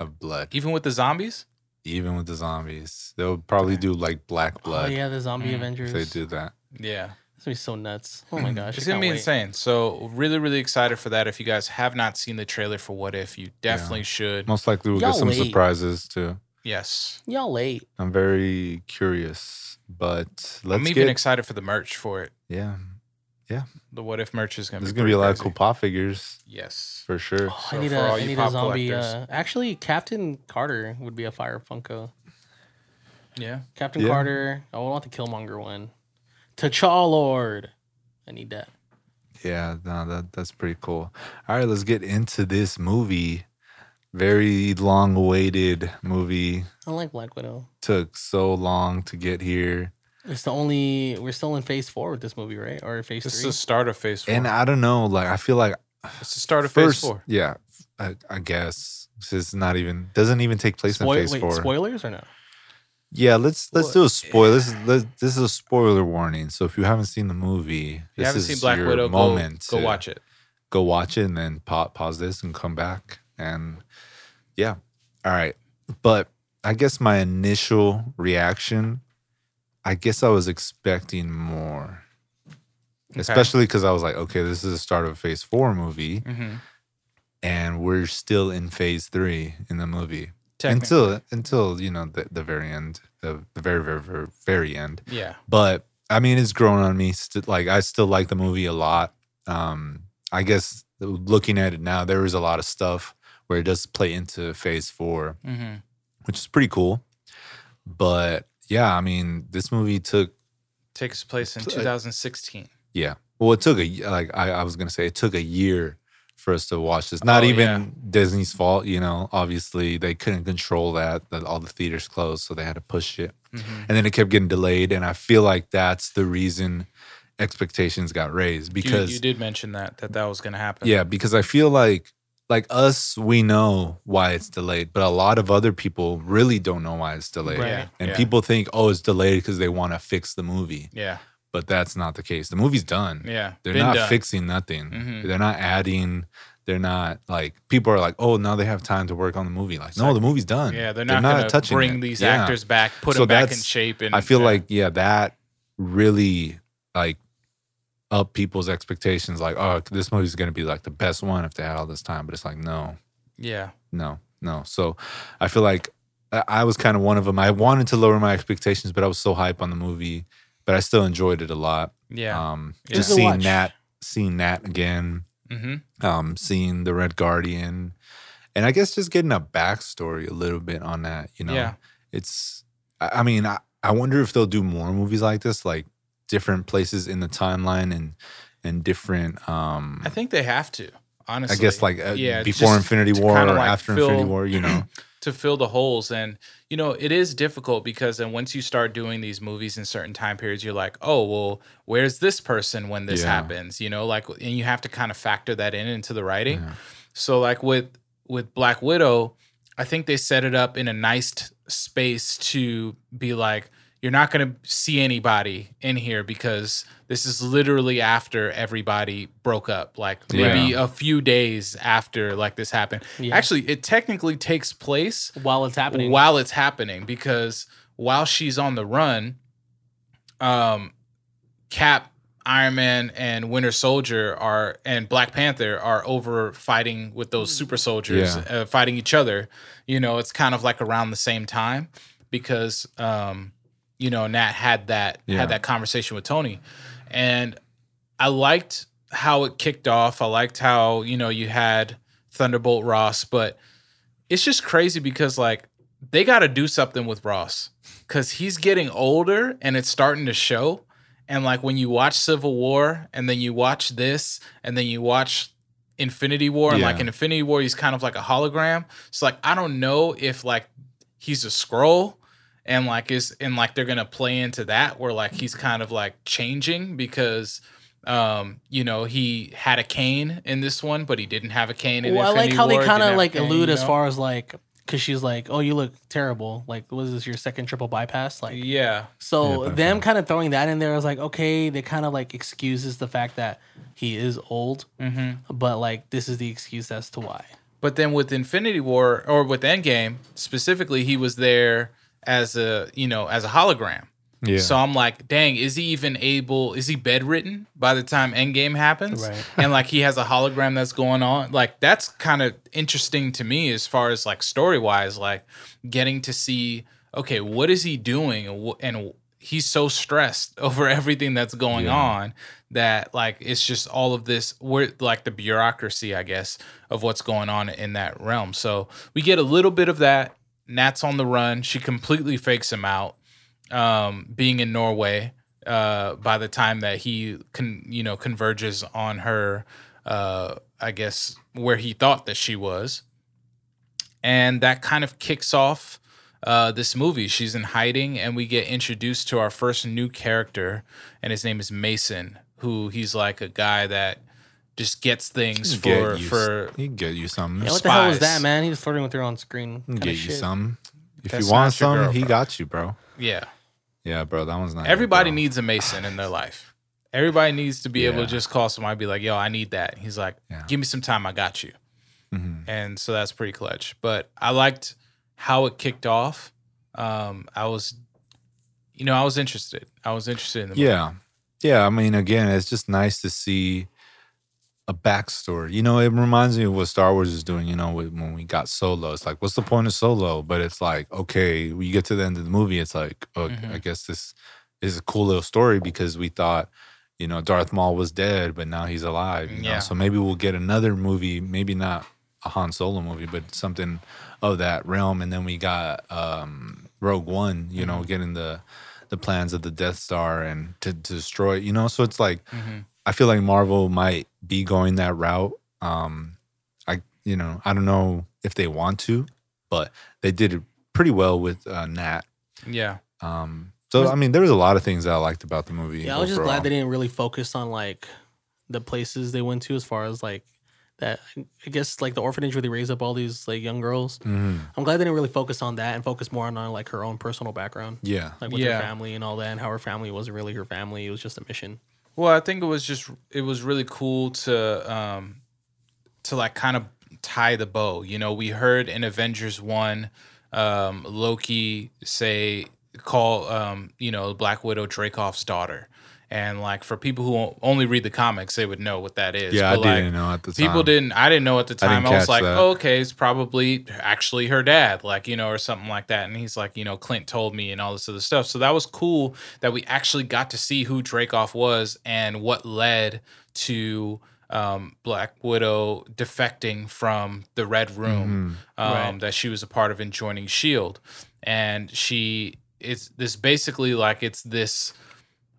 of blood. even with the zombies. Even with the zombies, they'll probably do like black blood Oh yeah, the zombie Mm. Avengers. if they do that. Yeah, It's gonna be so nuts. Oh my gosh, it's I gonna can't be wait. insane. So really, really excited for that. If you guys have not seen the trailer for What If, you definitely should. Most likely, we'll get Y'all some wait. surprises too. Yes, Y'all late. I'm very curious, but let's I'm get even excited for the merch for it. yeah. The What If merch is gonna There's be gonna be pretty a lot of crazy. cool pop figures Yes. for sure. Oh, So I need for a, all I you need a pop zombie. Uh, collectors. actually, Captain Carter would be a fire Funko. Yeah. Captain Yeah. Carter. I want the Killmonger one. T'Challa Lord. I need that. Yeah, no, that that's pretty cool. All right, let's get into this movie. Very long-awaited movie. I like Black Widow. Took so long to get here. It's the only. We're still in phase four with this movie, right? Or phase This is three? the start of phase four. And I don't know, like I feel like it's the start of first, phase four. yeah, I, I guess it's not even doesn't even take place Spoil- in phase wait, four. spoilers or no? Yeah, let's let's do a spoiler. This is let's, this is a spoiler warning. So if you haven't seen the movie, If you this haven't is seen Black your Widow, moment. go, to go watch it. Go watch it, and then pa- pause this and come back. And yeah, all right. But I guess my initial reaction, I guess I was expecting more, Okay. especially because I was like, okay, this is the start of a Phase Four movie, hmm and we're still in Phase Three in the movie Technically. until until you know the, the very end of the very very very very end Yeah. but I mean, it's grown on me. St- like, I still like the movie a lot. Um, I guess looking at it now, there is a lot of stuff where it does play into Phase Four, hmm which is pretty cool. But yeah, I mean, this movie took Takes place in Pl- 2016. yeah. Well, it took a y- like I, I was gonna say it took a year for us to watch this. Not Oh, even yeah. Disney's fault, you know. Obviously, they couldn't control that. That all the theaters closed, so they had to push it. Mhm. and then it kept getting delayed and i feel like that's the reason expectations got raised You- because you, did mention that that that was going to happen. yeah because i feel like like us we know why it's delayed but a lot of other people really don't know why it's delayed Right. Yeah. and yeah, people think oh it's delayed because they want to fix the movie Yeah. but that's not the case the movie's done Yeah. they're Been not done. fixing nothing Mhm. they're not adding they're not like people are like oh now they have time to work on the movie like no the movie's done Yeah. They're not, going to bring it. these Yeah. actors back, put So them back in that's- shape. And I feel Mm, yeah. like yeah, that really like up people's expectations. Like, oh, this movie's gonna be like the best one if they had all this time. But it's like, no, yeah. no, no. So I feel like I, I was kind of one of them. I wanted to lower my expectations, but I was so hype on the movie. But I still enjoyed it a lot. Yeah. Um, Yeah. just It was a seeing watch. that, seeing that again, hmm um, seeing the Red Guardian, and I guess just getting a backstory a little bit on that. You know, Yeah. it's i I mean I, I wonder if they'll do more movies like this like different places in the timeline and and different um I think they have to, I honestly. guess like uh, yeah, before just Infinity to War or kinda, like, after fill- Infinity War, you know. to fill the holes and you know it is difficult because then once you start doing these movies in certain time periods you're like oh well where's this person when this Yeah. happens you know like and you have to kind of factor that in into the writing Yeah. so like with with black widow i think they set it up in a nice t- space to be like you're not going to see anybody in here because this is literally after everybody broke up like maybe a few days after like this happened Yeah. actually it technically takes place While it's happening, while it's happening because while she's on the run, um, Cap, Iron Man, and Winter Soldier are and Black Panther are over fighting with those super soldiers, Yeah. uh, fighting each other. You know, it's kind of like around the same time because um, you know Nat had that Yeah. had that conversation with Tony, and I liked how it kicked off. I liked how you know you had Thunderbolt Ross, but it's just crazy because like they got to do something with Ross because he's getting older and it's starting to show. And like when you watch Civil War and then you watch this and then you watch Infinity War and like Yeah. in Infinity War he's kind of like a hologram. So like I don't know if like he's a scroll and like is and like they're gonna play into that where like he's kind of like changing because um you know he had a cane in this one but he didn't have a cane in Well, I like Infinity how they War, kind didn't have of a like cane, elude you as know? far as like because she's like, "Oh, you look terrible. Like, was this your second triple bypass?" Like, yeah so Yeah, them bypass. kind of throwing that in there was like, okay, they kind of like excuses the fact that he is old, hmm but like this is the excuse as to why. But then with Infinity War or with Endgame specifically, he was there as a you know as a hologram. Yeah. So I'm like, dang, is he even able? Is he bedridden by the time Endgame happens? Right. And like he has a hologram that's going on. Like that's kind of interesting to me as far as like story wise, like getting to see okay, what is he doing? And wh- And he's so stressed over everything that's going Yeah. on that like it's just all of this we're like the bureaucracy i guess of what's going on in that realm so we get a little bit of that nat's on the run she completely fakes him out um, being in Norway uh, by the time that he con- you know converges on her, uh, I guess where he thought that she was, and that kind of kicks off uh, this movie. She's in hiding, and we get introduced to our first new character, and his name is Mason, who he's like a guy that just gets things You for get you, for. you get you some. Yeah, what the hell was Spies. that, man? He was flirting with her on screen. You Kind get of you shit. some. If That's you want not your some, girl, he bro. got you, bro. Yeah, Yeah, bro. That one's not. your Everybody girl. needs a Mason in their life. Everybody needs to be able Yeah. to just call somebody and be like, yo, I need that. He's like, Yeah. give me some time. I got you. Mhm. And so that's pretty clutch. But I liked how it kicked off. Um, I was, you know, I was interested. I was interested in the movie. Yeah. Yeah. I mean, again, it's just nice to see a backstory. You know, it reminds me of what Star Wars is doing, you know, with- when we got Solo. It's like, what's the point of Solo? But it's like, okay, we get to the end of the movie. It's like, oh, Mhm. I guess this is a cool little story because we thought, you know, Darth Maul was dead, but now he's alive. You know? Mm, Yeah. So maybe we'll get another movie, maybe not a Han Solo movie, but something of that realm. And then we got um, Rogue One, you know, getting the the plans of the Death Star and to, to destroy, it, you know. So it's like Mhm. I feel like Marvel might be going that route. Um, I you know I don't know if they want to, but they did it pretty well with uh, Nat. Yeah. Um, so I mean, there was a lot of things that I liked about the movie. Yeah, I was just overall. glad they didn't really focus on like the places they went to as far as like that. I guess like the orphanage where they raise up all these like young girls. Mhm. I'm glad they didn't really focus on that and focus more on, on like her own personal background, Yeah, like with Yeah. her family and all that, and how her family wasn't really her family. It was just a mission. Well, I think it was just it was really cool to um to like kind of tie the bow. You know, we heard in Avengers 1 um Loki say call um you know Black Widow Dracoff's daughter. And like for people who only read the comics, they would know what that is. yeah, I But, like, didn't know at the time. People didn't. I didn't know at the I time. didn't I, was catch like, that. oh, okay, it's probably actually her dad, like you know, or something like that. And he's like, you know, Clint told me and all this other stuff. So that was cool that we actually got to see who Dracoff was and what led to um, Black Widow defecting from the Red Room Mhm. um, Right. that she was a part of in joining Shield, E and she it's this basically like it's this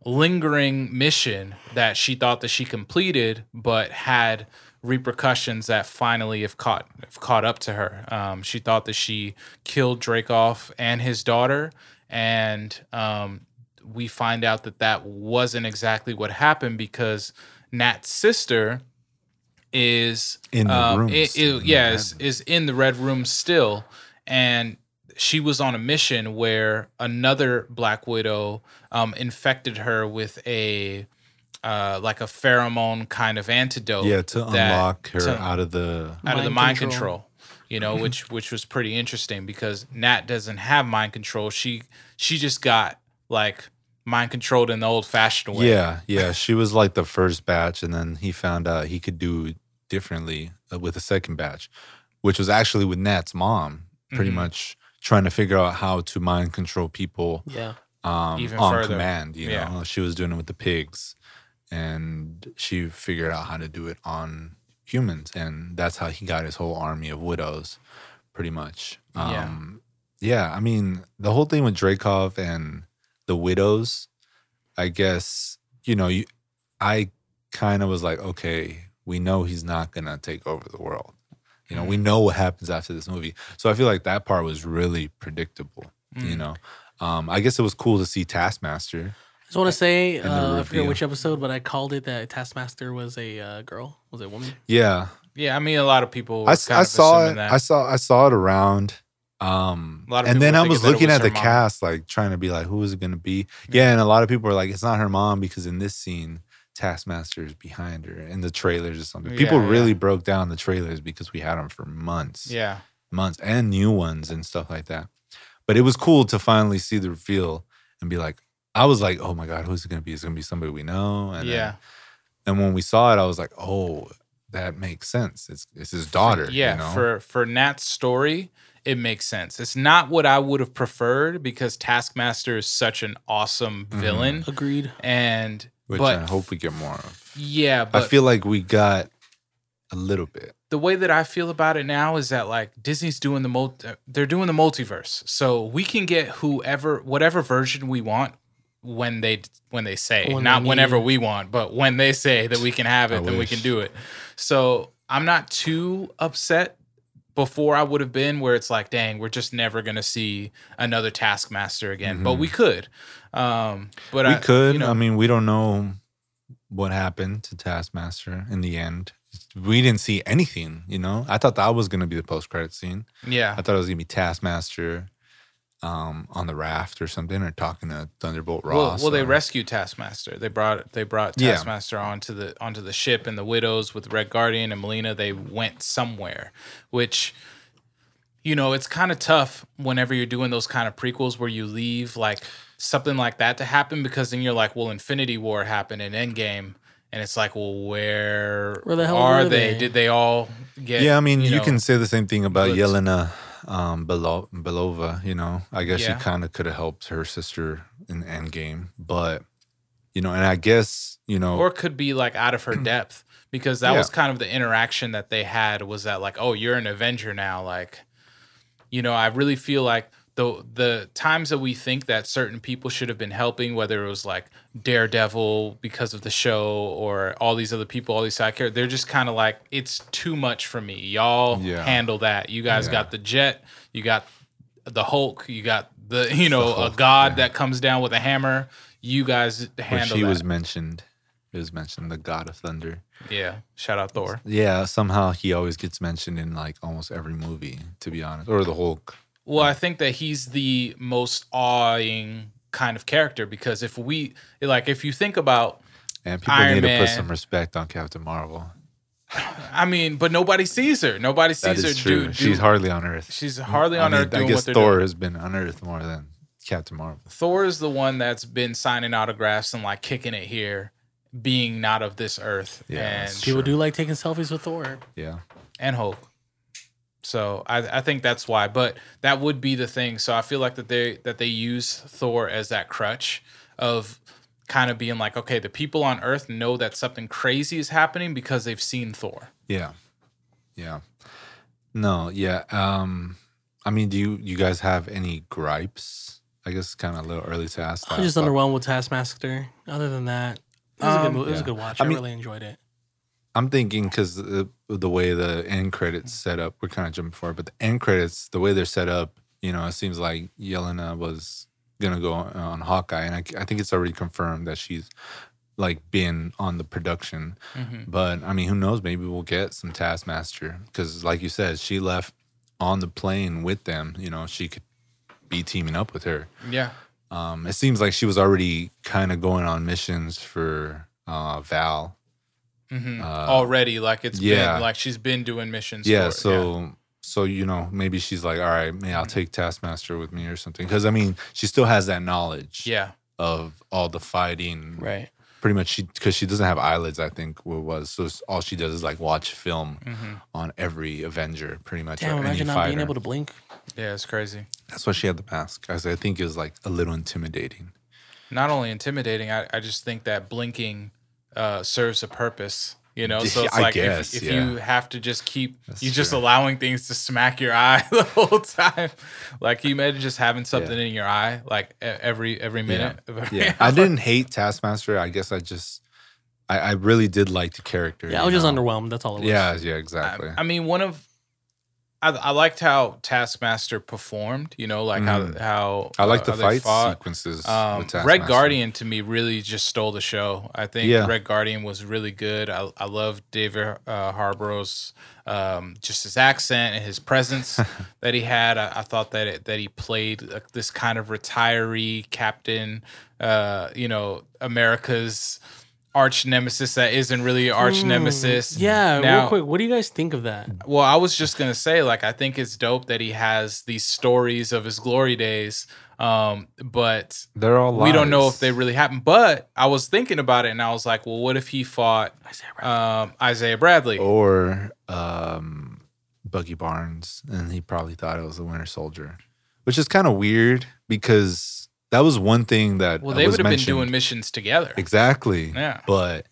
lingering mission that she thought that she completed, but had repercussions that finally have caught have caught up to her. Um, she thought that she killed Dracoff and his daughter, and um, we find out that that wasn't exactly what happened because Nat's sister is In the um, room i- i- still, in the yeah, red is, is in the red room still, and she was on a mission where another Black Widow um, infected her with a uh, like a pheromone kind of antidote. yeah to that- unlock her to- out of the out of the mind Mind control. control. you know, which which was pretty interesting because Nat doesn't have mind control. She she just got like mind controlled in the old fashioned way. Yeah, yeah. She was like the first batch, and then he found out he could do it differently uh, with the second batch, which was actually with Nat's mom, pretty Mhm. much trying to figure out how to mind control people Yeah, um, Even on further. command. You Yeah. know, she was doing it with the pigs, and she figured out how to do it on humans, and that's how he got his whole army of widows, pretty much. Yeah. Um, yeah. I mean, the whole thing with Dracov and the widows, I guess you know, you, I kind of was like, okay, we know he's not gonna take over the world. Mm. You know, we know what happens after this movie. So I feel like that part was really predictable, Mm. you know. Um, I guess it was cool to see Taskmaster. I just want to say, the uh, I forget review. which episode, but I called it that Taskmaster was a uh, girl, was a woman. Yeah, Yeah, I mean, a lot of people. I, were s- kind I of saw assuming it. That. I saw I saw it around. Um, A lot of and people then were I thinking was that it looking was at the her mom. cast, like trying to be like, who is it going to be? Yeah. and a lot of people are like, it's not her mom because in this scene, Taskmaster is behind her in the trailers or something. people Yeah, yeah. really broke down the trailers because we had them for months, yeah, months, and new ones and stuff like that. But it was cool to finally see the reveal and be like, I was like, oh my god, who's it going to be? It's going to be somebody we know. And then- yeah, and when we saw it, I was like, oh. That makes sense. It's it's his daughter. you yeah. know? For for Nat's story, it makes sense. It's not what I would have preferred because Taskmaster is such an awesome Mm-hmm. villain, Agreed. and which but I hope we get more of. yeah, but I feel like we got a little bit. the way that I feel about it now is that like Disney's doing the mul- they're doing the multiverse. So we can get whoever whatever version we want when they when they say When not they need whenever it. we want, but when they say that we can have I it, then we can wish. do it. So I'm not too upset before I would have been where it's like, dang, we're just never gonna see another Taskmaster again. But we could. Um but I, we could. you know, I mean, we don't know what happened to Taskmaster in the end. We didn't see anything, you know. I thought that was going to be the post-credit scene. yeah. I thought it was going to be Taskmaster um, on the raft or something, or talking to Thunderbolt Well, Ross. well, they or- rescued Taskmaster. They brought they brought Yeah. Taskmaster onto the onto the ship, and the widows with Red Guardian and Melina. They went somewhere, which you know it's kind of tough whenever you're doing those kind of prequels where you leave like something like that to happen because then you're like, well, Infinity War happened in Endgame, and it's like, well, where, Where the hell are were they? they? Did they all get? Yeah, I mean, you, know, can say the same thing about but- Yelena um, Belo- Belova. You know, I guess Yeah. she kind of could have helped her sister in Endgame, but you know, and I guess you know, or it could be like out of her depth because that Yeah. was kind of the interaction that they had was that like oh you're an avenger now like you know i really feel like the the times that we think that certain people should have been helping whether it was like daredevil because of the show or all these other people all these side characters they're just kind of like it's too much for me y'all Yeah. handle that you guys Yeah. got the jet you got the hulk you got the you know Hulk, a god yeah. that comes down with a hammer you guys where handle she that. was mentioned. It was mentioned the God of Thunder. yeah shout out thor Yeah, somehow he always gets mentioned in like almost every movie, to be honest, or the Hulk. Well, I think that he's the most awing kind of character because if we like if you think about And people Iron need to put Man. some respect on Captain Marvel. I mean, but nobody sees her. Nobody That sees is her true. dude. She's hardly on Earth. she's hardly on I mean, earth doing I guess what they're Thor doing. has been on Earth more than Captain Marvel. Thor is the one that's been signing autographs and like kicking it here, being not of this earth. Yeah, and that's People Sure. do like taking selfies with Thor. Yeah. and Hulk. So I, I think that's why. But that would be the thing. So I feel like that they that they use Thor as that crutch of kind of being like, okay, the people on Earth know that something crazy is happening because they've seen Thor. Yeah. Yeah. No, yeah. Um I mean, do you you guys have any gripes? I guess it's kind of a little early to ask that. I'm just but underwhelmed with Taskmaster. Other than that, it was a good Um, movie. It was yeah. a good watch. I I, mean- really enjoyed it. I'm thinking because the, the way the end credits set up, we're kind of jumping forward, but the end credits, the way they're set up, you know, it seems like Yelena was gonna go on, on Hawkeye, and I, I think it's already confirmed that she's like been on the production. But I mean, who knows? Maybe we'll get some Taskmaster because, like you said, she left on the plane with them. You know, she could be teaming up with her. Yeah. Um, it seems like she was already kind of going on missions for uh, Val. hmm Uh, Already, like it's yeah. been like she's been doing missions. for Yeah, it. so so you know, maybe she's like, all right, may I'll take Taskmaster with me or something. Because I mean, she still has that knowledge yeah, of all the fighting. Right. Pretty much, she because she doesn't have eyelids. I think what it was so it's- all she does is like watch film yeah, hmm on every Avenger, pretty much. Damn, or any imagine not fighter. being able to blink. yeah, it's crazy. That's why she had the mask. 'cause I think it was like a little intimidating. Not only intimidating, I, I just think that blinking uh, serves a purpose. You know, so Yeah, it's I like guess, if, if yeah. you have to just keep That's you just true. allowing things to smack your eye the whole time, like you imagine just having something in your eye like e- every every minute. of every Yeah, I didn't hate Taskmaster. I guess I just, I, I really did like the character. Yeah, I you was just know? underwhelmed. That's all it was. Yeah, yeah, I, exactly. I mean, one of I, I liked how Taskmaster performed. You know, like Mm. how how I like uh, the how they fight fought. sequences. Um, with Red Taskmaster. Guardian to me really just stole the show. I think Yeah. Red Guardian was really good. I, I love David uh, Harborough's um, just his accent and his presence that he had. I, I thought that it, that he played uh, this kind of retiree captain, uh, you know, America's arch nemesis that isn't really arch nemesis. Mm. Hmm. Yeah, Now- Mm. real quick, what do you guys think of that? well, I was just gonna say, like, I think it's dope that he has these stories of his glory days, um, but They're all. we don't know lies. if they really happened. But I was thinking about it, and I was like, well, what if he fought um, Isaiah Bradley? Oh, or um, Buggy Barnes, and he probably thought it was the Winter Soldier, which is kind of weird because that was one thing that well, uh, they was would have been mentioned. doing missions together. exactly. Yeah. But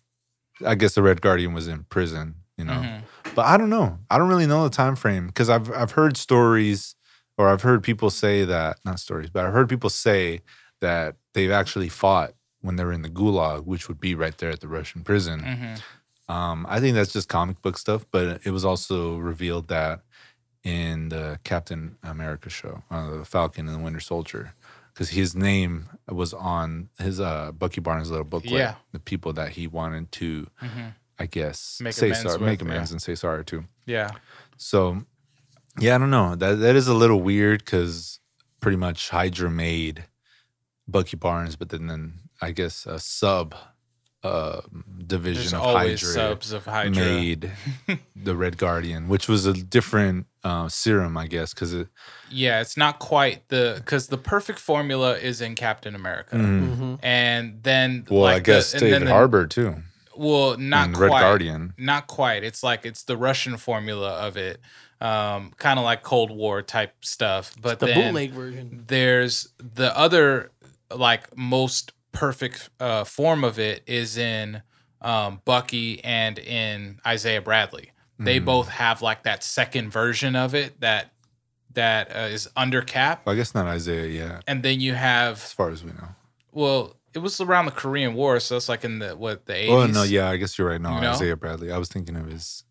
I guess the Red Guardian was in prison, you know. Mhm. But I don't know. I don't really know the time frame because I've I've heard stories or I've heard people say that not stories, but I've heard people say that they've actually fought when they were in the gulag, which would be right there at the Russian prison. Mhm. Um, I think that's just comic book stuff, but it was also revealed that in the Captain America show, uh, the Falcon and the Winter Soldier, because his name was on his uh, Bucky Barnes little booklet. Yeah. The people that he wanted to, Mhm. I guess, Make say amends sorry, with, make yeah. amends and say sorry to. Yeah. So, yeah, I don't know. That that is a little weird because pretty much Hydra made Bucky Barnes, but then then I guess a sub uh, division There's of always Hydra subs of Hydra. made the Red Guardian, which was a different uh, serum, I guess, because it. Yeah, it's not quite the because the perfect formula is in Captain America, Mm-hmm. and then Well, like I guess the, and then David the- Harbor too, Well, not and quite. Red Guardian. not quite. It's like it's the Russian formula of it, um, kind of like Cold War type stuff. But The then bootleg version. there's the other like most perfect uh, form of it is in um, Bucky and in Isaiah Bradley. They Mhm. both have like that second version of it that that uh, is under cap, Well, I guess not Isaiah yet, and then you as have far as we know. well, it was around the Korean War, so that's like in the what the eighties. Oh no, yeah, I guess you're right. No, No? Isaiah Bradley. I was thinking of his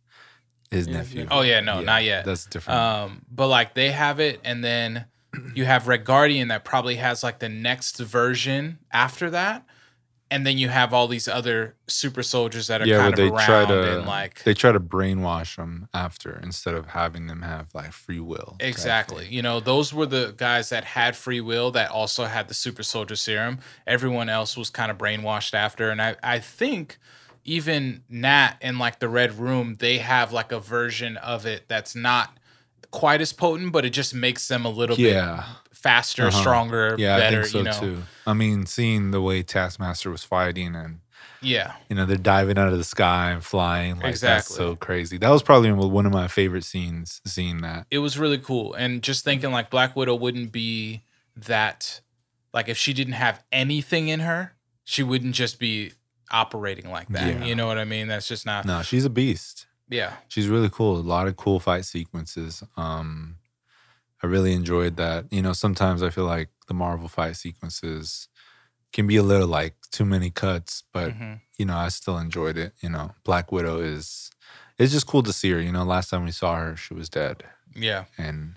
his Yeah, nephew. yeah. Oh yeah, no, Yeah, not yet. That's different. Um, but like they have it, and then you have Red Guardian that probably has like the next version after that, and then you have all these other super soldiers that are yeah, kind where of they around try to and like they try to brainwash them after instead of having them have like free will. type exactly. thing. You know, those were the guys that had free will that also had the super soldier serum. Everyone else was kind of brainwashed after, and I I think. Even Nat and like the Red Room, they have like a version of it that's not quite as potent, but it just makes them a little bit Yeah. faster, Uh-huh. stronger, Yeah, better. I think so you know, too. I mean, seeing the way Taskmaster was fighting and yeah, you know they're diving out of the sky and flying like that's Exactly. so crazy that was probably one of my favorite scenes seeing that it was really cool. And just thinking like Black Widow wouldn't be that, like if she didn't have anything in her, she wouldn't just be operating like that. Yeah. You know what I mean? That's just not. no she's a beast Yeah, she's really cool a lot of cool fight sequences um i really enjoyed that you know sometimes i feel like the marvel fight sequences can be a little like too many cuts but Mhm. you know i still enjoyed it you know black widow is it's just cool to see her you know last time we saw her she was dead yeah, and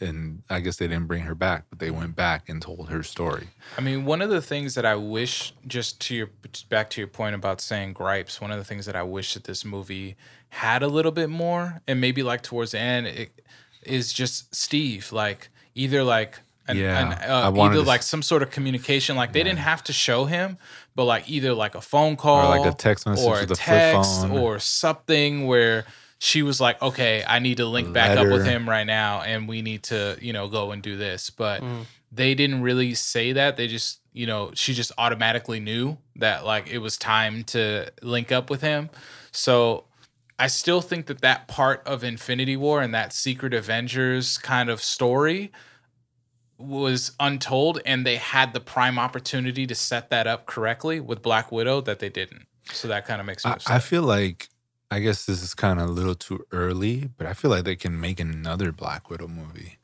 and i guess they didn't bring her back but they went back and told her story I mean, one of the things that I wish, just to your back to your point about saying gripes, one of the things that I wish that this movie had a little bit more, and maybe like towards the end, it, is just Steve, like either like an, Yeah, an, I uh, wanted either to- like some sort of communication, like they Yeah. didn't have to show him, but like either like a phone call, or like a text message or with a a flip text phone or something where she was like, okay, I need to link back up Letter. with him right now, and we need to, you know, go and do this. But Mm. they didn't really say that. They just, you know, she just automatically knew that like it was time to link up with him. So I still think that that part of Infinity War and that Secret Avengers kind of story was untold, and they had the prime opportunity to set that up correctly with Black Widow that they didn't. So that kind of makes me I, upset. I feel like I guess this is kind of a little too early, but I feel like they can make another Black Widow movie,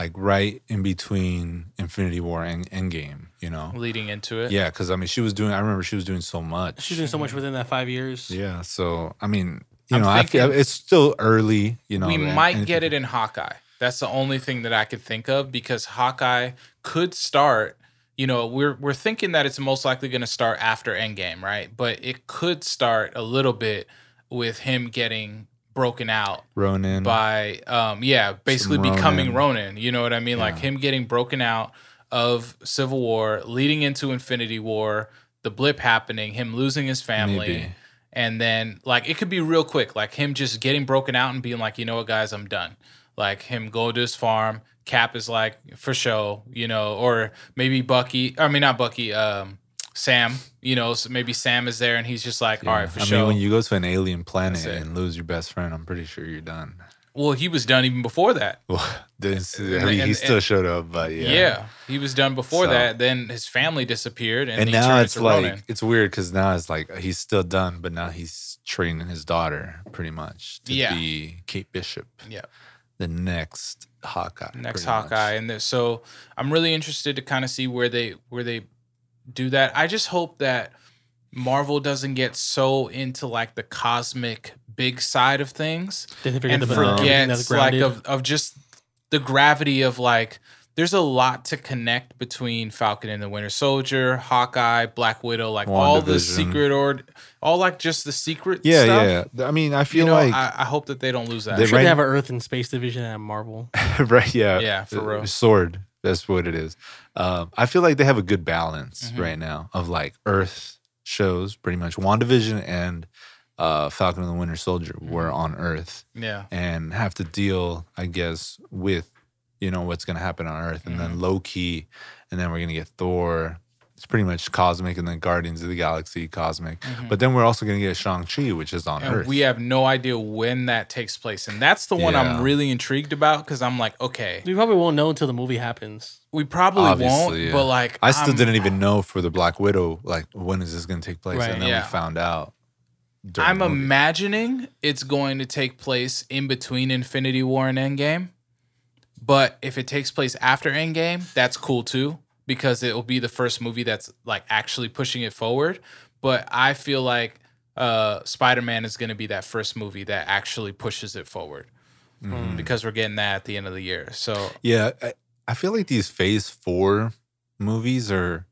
like right in between Infinity War and Endgame. You know? leading into it. Yeah, because I mean, she was doing. I remember she was doing so much. She's doing so much within that five years. Yeah, so I mean, you I'm know, I feel thinking- it's still early. You know, we man, might and- get it in Hawkeye. That's the only thing that I could think of because Hawkeye could start. You know, we're we're thinking that it's most likely going to start after Endgame, right? But it could start a little bit with him getting broken out Ronin. by um yeah basically Mm. Ronin. becoming ronin you know what i mean like Yeah. him getting broken out of civil war leading into infinity war the blip happening him losing his family Maybe. and then like it could be real quick like him just getting broken out and being like you know what guys i'm done like him go to his farm cap is like for show you know or maybe bucky i mean not bucky um sam you know so maybe sam is there and he's just like Yeah. all right for I sure mean, when you go to an alien planet That's it. and lose your best friend, I'm pretty sure you're done. well he was done even before that Well, this, I And- mean, he and- still showed up, but yeah. Yeah. he was done before So- that. Then his family disappeared, and, And he now turned it's to like Ronin. it's weird because now it's like uh, he's still done, but now he's training his daughter pretty much to Yeah. be Kate Bishop, yeah, the next Hawkeye. next pretty much. Hawkeye, and there- so I'm really interested to kind of see where they where they do that. I just hope that Marvel doesn't get so into like the cosmic big side of things Then they forget and about forget, everything that's forgets like grounded. of, of just the gravity of like there's a lot to connect between Falcon and the Winter Soldier, Hawkeye, Black Widow, like all the WandaVision. secret or all like just the secret Yeah, stuff. yeah. Th- I mean, I feel you know, like I, I hope that they don't lose that. They Should right- they have an Earth and Space division at Marvel? right, yeah, Yeah, for uh, real. sword. That's what it is. Um, I feel like they have a good balance Mhm. right now of like Earth shows, pretty much. Wandavision and uh, Falcon and the Winter Soldier Mm-hmm. were on Earth yeah, and have to deal, I guess, with you know what's gonna happen on Earth, and Mm. then Loki, and then we're gonna get Thor. It's pretty much cosmic, and then Guardians of the Galaxy, cosmic. But then we're also gonna get Shang Chi, which is on Mm-hmm. and Earth. we have no idea when that takes place, and that's the one Yeah. I'm really intrigued about because I'm like, okay, We probably won't know until the movie happens. we probably won't, Obviously, yeah. but like, I still I'm- didn't even know for the Black Widow, like when is this going to take place, Right, and then yeah. we found out. during I'm the movie. imagining it's going to take place in between Infinity War and Endgame. But if it takes place after Endgame, that's cool too because it will be the first movie that's like actually pushing it forward. But I feel like uh, Spider-Man is going to be that first movie that actually pushes it forward Mhm. because we're getting that at the end of the year. So Yeah, I, I feel like these Phase Four movies are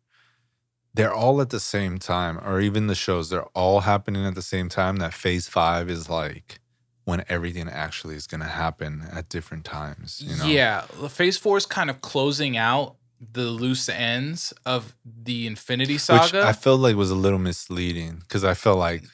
they're all at the same time, or even the shows they're all happening at the same time. That Phase Five is like when everything actually is going to happen at different times. You know? Yeah, the Phase Four is kind of closing out the loose ends of the Infinity Saga. Which I felt like was a little misleading because I felt like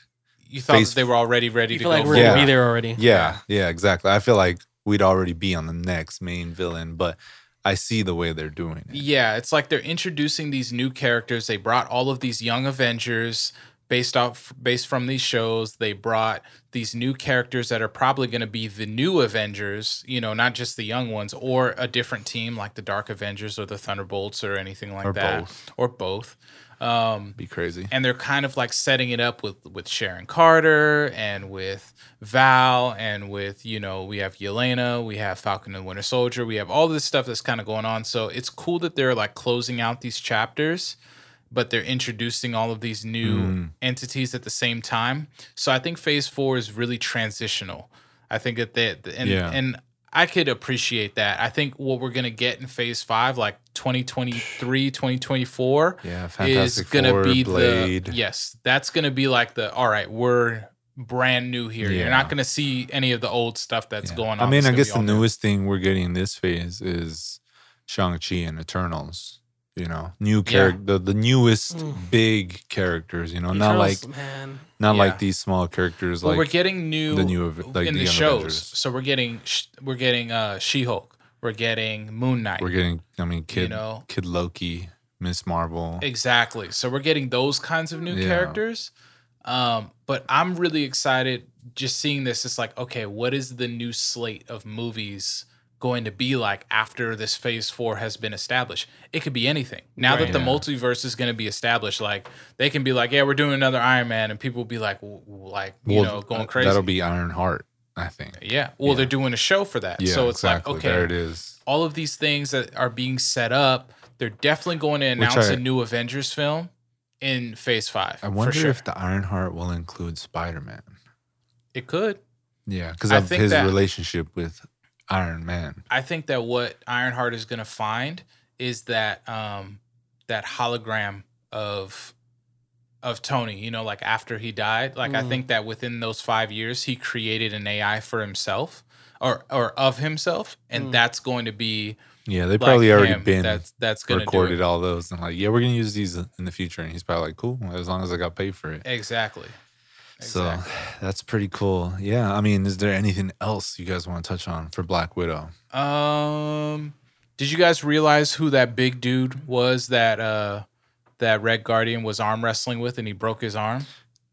you thought Phase- that they were already ready You to feel go. like we're forward. gonna be there already. Yeah, yeah, exactly. I feel like we'd already be on the next main villain, but I see the way they're doing it. Yeah, it's like they're introducing these new characters. They brought all of these young Avengers based off based from these shows. They brought these new characters that are probably going to be the new Avengers, you know, not just the young ones or a different team like the Dark Avengers or the Thunderbolts or anything like Or that both. or both. Um Be crazy. and they're kind of like setting it up with with Sharon Carter and with Val and with you know we have Yelena, we have Falcon and the Winter Soldier, we have all this stuff that's kind of going on. So it's cool that they're like closing out these chapters, but they're introducing all of these new Mm. entities at the same time. So I think Phase Four is really transitional. I think that they and Yeah. and. I could appreciate that. I think what we're going to get in phase five, like 2023, 2024, Yeah, is Fantastic gonna Four, be Blade. the yes. That's gonna be like the all right. We're brand new here. You're Yeah. not gonna see any of the old stuff that's Yeah. going on. I mean, It's I gonna be guess the all new. newest thing we're getting this phase is Shang Chi and Eternals. You know, new character, the, the newest Mm. big characters. You know, not like Eternals, man. not Yeah. like these small characters. Well, like we're getting new, the new Ave- like in the the, young shows. Avengers. So we're getting sh- we're getting uh She Hulk. We're getting Moon Knight. we're getting. I mean, kid, you know kid Loki, Miss Marvel. exactly. So we're getting those kinds of new Yeah. characters. Um, but I'm really excited just seeing this. It's like okay, what is the new slate of movies? going to be like after this phase four has been established. It could be anything. Now that Right. the Yeah. multiverse is going to be established, like they can be like, yeah, we're doing another Iron Man, and people will be like, w- w- like you Well, know, going uh, crazy. That'll be Iron Heart, I think. yeah. Well, yeah. they're doing a show for that, Yeah, so it's exactly. like okay, there it is. all of these things that are being set up, they're definitely going to Which announce I- a new Avengers film in Phase Five. I wonder for sure. if the Ironheart will include Spider Man. It could. Yeah, because I of think his that- relationship with Iron Man. I think that what Ironheart is going to find is that um that hologram of of Tony, you know, like after he died, like I Mm. think that within those 5 years he created an AI for himself or or of himself and Mm. that's going to be Yeah, they probably like already him. been that's that's going to recorded do all those and like, yeah, we're gonna use these in the future. And he's probably like, cool, as long as I got paid for it. it. Exactly. Exactly. So that's pretty cool. Yeah, I mean, is there anything else you guys want to touch on for Black Widow? Um, did you guys realize who that big dude was that uh that Red Guardian was arm wrestling with and he broke his arm?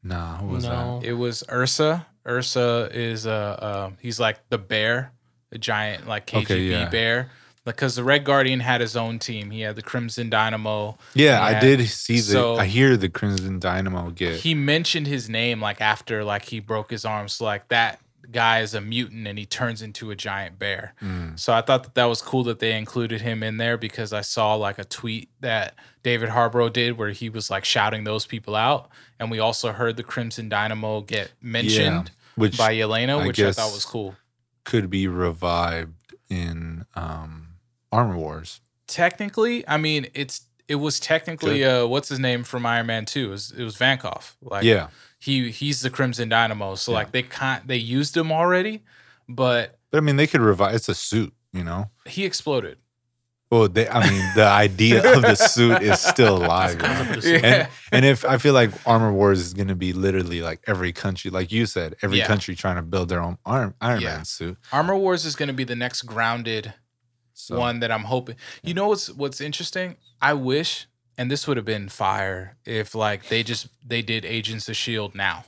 Nah, who was No. It was Ursa. Ursa is uh, uh he's like the bear, the giant like KGB Okay, yeah. bear. Because the Red Guardian had his own team. He had the Crimson Dynamo. that? Yeah, I Yeah. did see the. So- I hear the Crimson Dynamo get. He mentioned his name like after like he broke his arm. So like that guy is a mutant and he turns into a giant bear. Mm. So I thought that that was cool that they included him in there because I saw like a tweet that David Harborough did where he was like shouting those people out, and we also heard the Crimson Dynamo get mentioned which by Yelena, I which I thought guess- was cool. could be revived in um, Armor Wars. Technically, I mean, it's it was technically uh what's his name from Iron Man Two? It was, it was Vankoff. Like yeah, he he's the Crimson Dynamo. So Yeah. like they con- they used him already, but but I mean, they could revive. It's a suit, you know. he exploded. Well, they, I mean, the idea of the suit is still alive. you know? Concept of Yeah. and and if I feel like Armor Wars is gonna be literally like every country, like you said, every Yeah. country trying to build their own Iron, Iron Yeah. Man suit. Armor Wars is going to be the next grounded So one that I'm hoping. You know what's what's interesting? I wish, and this would have been fire if like they just they did Agents of Shield E now.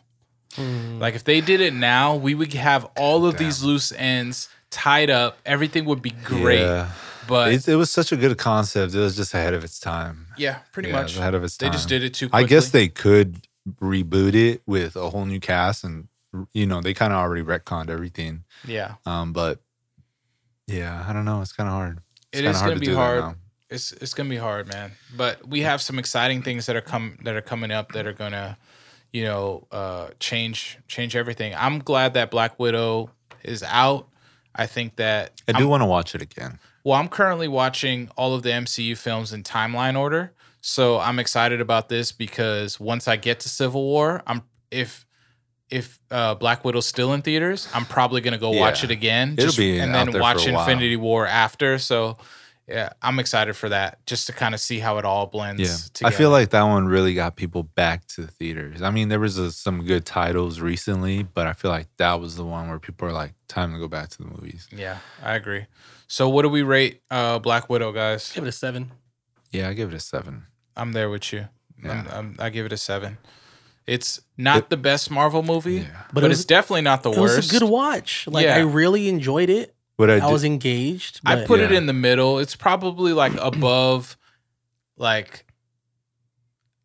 Mm. Like if they did it now, we would have all of Damn. these loose ends tied up. Everything would be great. yeah. But it, it was such a good concept. It was just ahead of its time. yeah, pretty Yeah, it was much ahead of its they time. just did it too. I Quickly. guess they could reboot it with a whole new cast, and you know they kind of already retconned everything. yeah. Um, but yeah, I don't know. It's kind of hard. It's It kinda is hard gonna to be do that hard. now. It's it's gonna be hard, man. But we have some exciting things that are come that are coming up that are gonna, you know, uh, change change everything. I'm glad that Black Widow is out. I think that I I'm- do want to watch it again. Well, I'm currently watching all of the MCU films in timeline order, so I'm excited about this because once I get to Civil War, I'm if if uh, Black Widow's still in theaters, I'm probably gonna go watch Yeah. it again, It'll be and out then there for watch a while. Infinity War after. So yeah, I'm excited for that just to kind of see how it all blends. Yeah, together. I feel like that one really got people back to the theaters. I mean, there was a, some good titles recently, but I feel like that was the one where people are like, "Time to go back to the movies." yeah, I agree. So what do we rate uh, Black Widow, guys? Give it a seven. Yeah, I give it a seven. I'm there with you. I'm, Yeah. I'm, I give it a seven. It's not the best Marvel movie. Yeah, but, But, it was, it's definitely not the it worst. was a good watch. Like Yeah. I really enjoyed it. what I, I, did, was engaged. I but- put it Yeah. in the middle. It's probably like above, like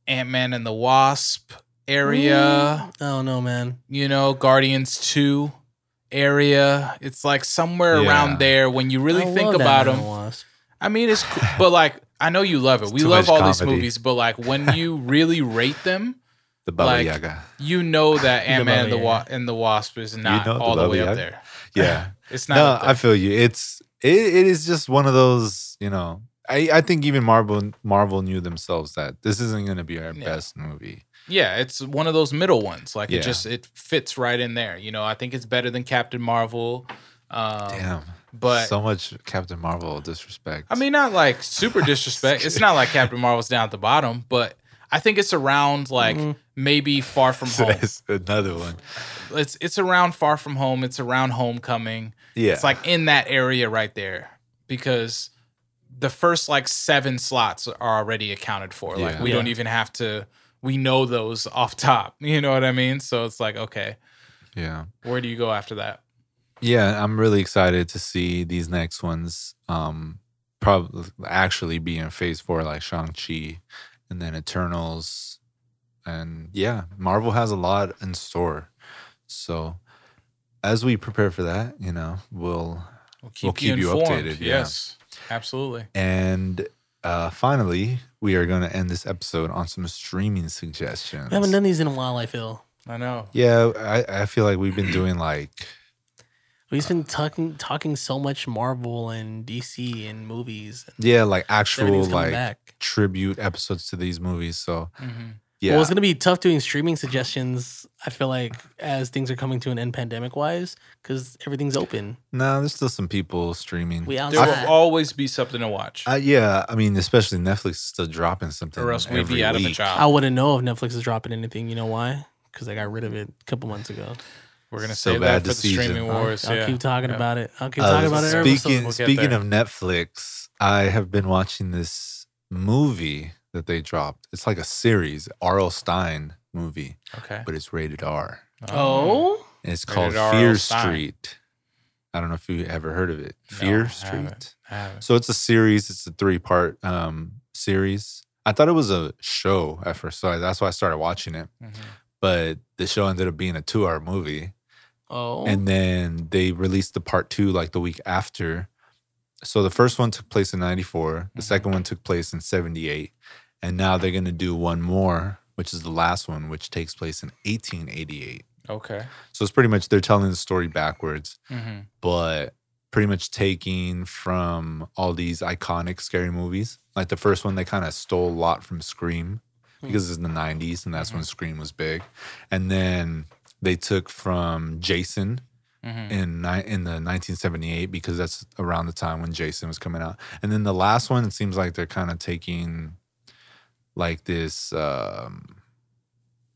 Ant Man and the Wasp area. Mm, I don't know, man. You know, Guardians Two area. It's like somewhere Yeah. around there. When you really I think love that Man about them, and Wasp. I mean, it's cool, but like I know you love it. It's we too love all much these comedy. movies, but like when you really rate them, the Baba like- Yaga. you know that The Ant Man and the Mummy, Wa- and the Wasp is not know the all the, way Mummy, up I- there. Yeah, It's not. no, up there. I feel you. It's it, it is just one of those. You know, I, I think even Marvel Marvel knew themselves that this isn't going to be our Yeah. best movie. Yeah, it's one of those middle ones. Like Yeah. it just it fits right in there. You know, I think it's better than Captain Marvel. Um, Damn, but so much Captain Marvel disrespect. I mean, not like super disrespect. it's not like Captain Marvel's down at the bottom, but I think it's around like Mm-hmm. Mm. maybe Far From So Home. that's another one. It's it's around Far From Home. It's around Homecoming. Yeah, It's like in that area right there because the first like seven slots are already accounted for. Like Yeah. we don't Yeah. even have to. We know those off top. You know what I mean? So it's like okay. yeah. Where do you go after that? yeah i'm really excited to see these next ones um probably actually be in phase four like shang-chi and then eternals and yeah marvel has a lot in store so as we prepare for that you know we'll We'll keep, We'll keep you informed. updated, yeah. Yes, absolutely. and uh finally we are going to end this episode on some streaming suggestions We haven't done these in a while. I feel I know. Yeah, I, I feel like we've been doing like We've been talking talking so much Marvel and DC and movies. And yeah, like actual everything's coming like back. tribute episodes to these movies. So Mm-hmm. yeah, Well, it's gonna be tough doing streaming suggestions. I feel like as things are coming to an end, pandemic wise, because everything's open. nah, there's still some people streaming. We There outside. will always be something to watch, Uh, yeah, I mean, especially Netflix is still dropping something, or else we'd every be out of a week. job. I wouldn't know if Netflix is dropping anything. You know why? Because they got rid of it a couple months ago. We're gonna So save bad that for the decision. streaming I'll, wars. I'll yeah. keep talking Yeah. about it. I'll keep Uh, talking about it. every episode. speaking We'll get speaking there. of Netflix, I have been watching this movie that they dropped. It's like a series, R.L. Stein movie, Okay. but it's rated R. Oh, And it's Rated called R.L. Fear Stein. Street. I don't know if you ever heard of it. No, Fear I haven't. Street. Oh. So it's a series. It's a three part um, series. I thought it was a show at first, so that's why I started watching it. Mm-hmm. But the show ended up being a two hour movie. oh, And then they released the part two like the week after. So the first one took place in 94, the Mhm. second one took place in 78. And now they're going to do one more, which is the last one, which takes place in 1888. Okay. So it's pretty much they're telling the story backwards, Mm-hmm. but pretty much taking from all these iconic scary movies. Like the first one, they kind of stole a lot from Scream Hmm. because it's in the 90s and that's when Mm-hmm. Scream was big. And then they took from Jason Mm-hmm. in ni- in the 1978 because that's around the time when Jason was coming out. And then the last one, it seems like they're kind of taking like this um,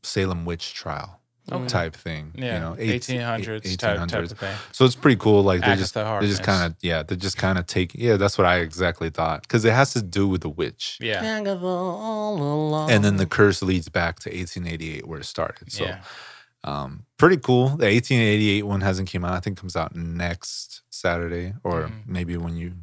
Salem witch trial Okay. type thing. Oh, Yeah. you know, eight- eighteen hundreds type, type 1800s. of thing. So it's pretty cool. Like they're Agatha just they're just Harkness. kind of yeah they're just kind of taking yeah that's what I exactly thought because it has to do with the witch. Yeah. Agatha all along. And then the curse leads back to 1888 where it started. So yeah. um, pretty cool. The 1888 one hasn't came out. I think it comes out next Saturday or Mhm. maybe when you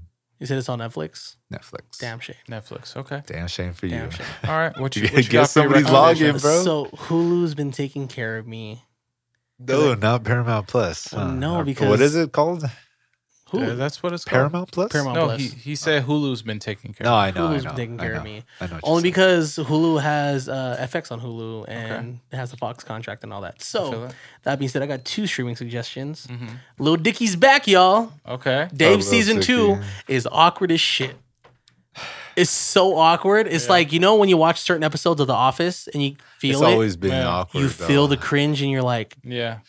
you said it's on Netflix. Netflix. Mm-hmm. Damn shame. Netflix. Okay. Damn shame for Damn you. shame. All right. What you, You what you gotta got get for your somebody's login, recommendations? bro. So Hulu's been taking care of me. No, not Paramount Plus. Well, no, Or- because- what is it called? Yeah, Hulu. that's what it's called. Paramount Plus. Paramount No, Plus. he, he said Hulu's been taking care. No, of I know. Hulu's I been know. taking I care of know, me. I know what you're Only saying. because Hulu has uh, FX on Hulu and it has the Fox contract and all that. I So feel it. that being said, I got two streaming suggestions. Mhm. Lil Dicky's back, y'all. Okay. Dave Lil season Dicky. two is awkward as shit. It's so awkward. It's like you know when you watch certain episodes of The Office and you feel it's it. always been Yeah. awkward. you feel though. the cringe and you're like, Yeah.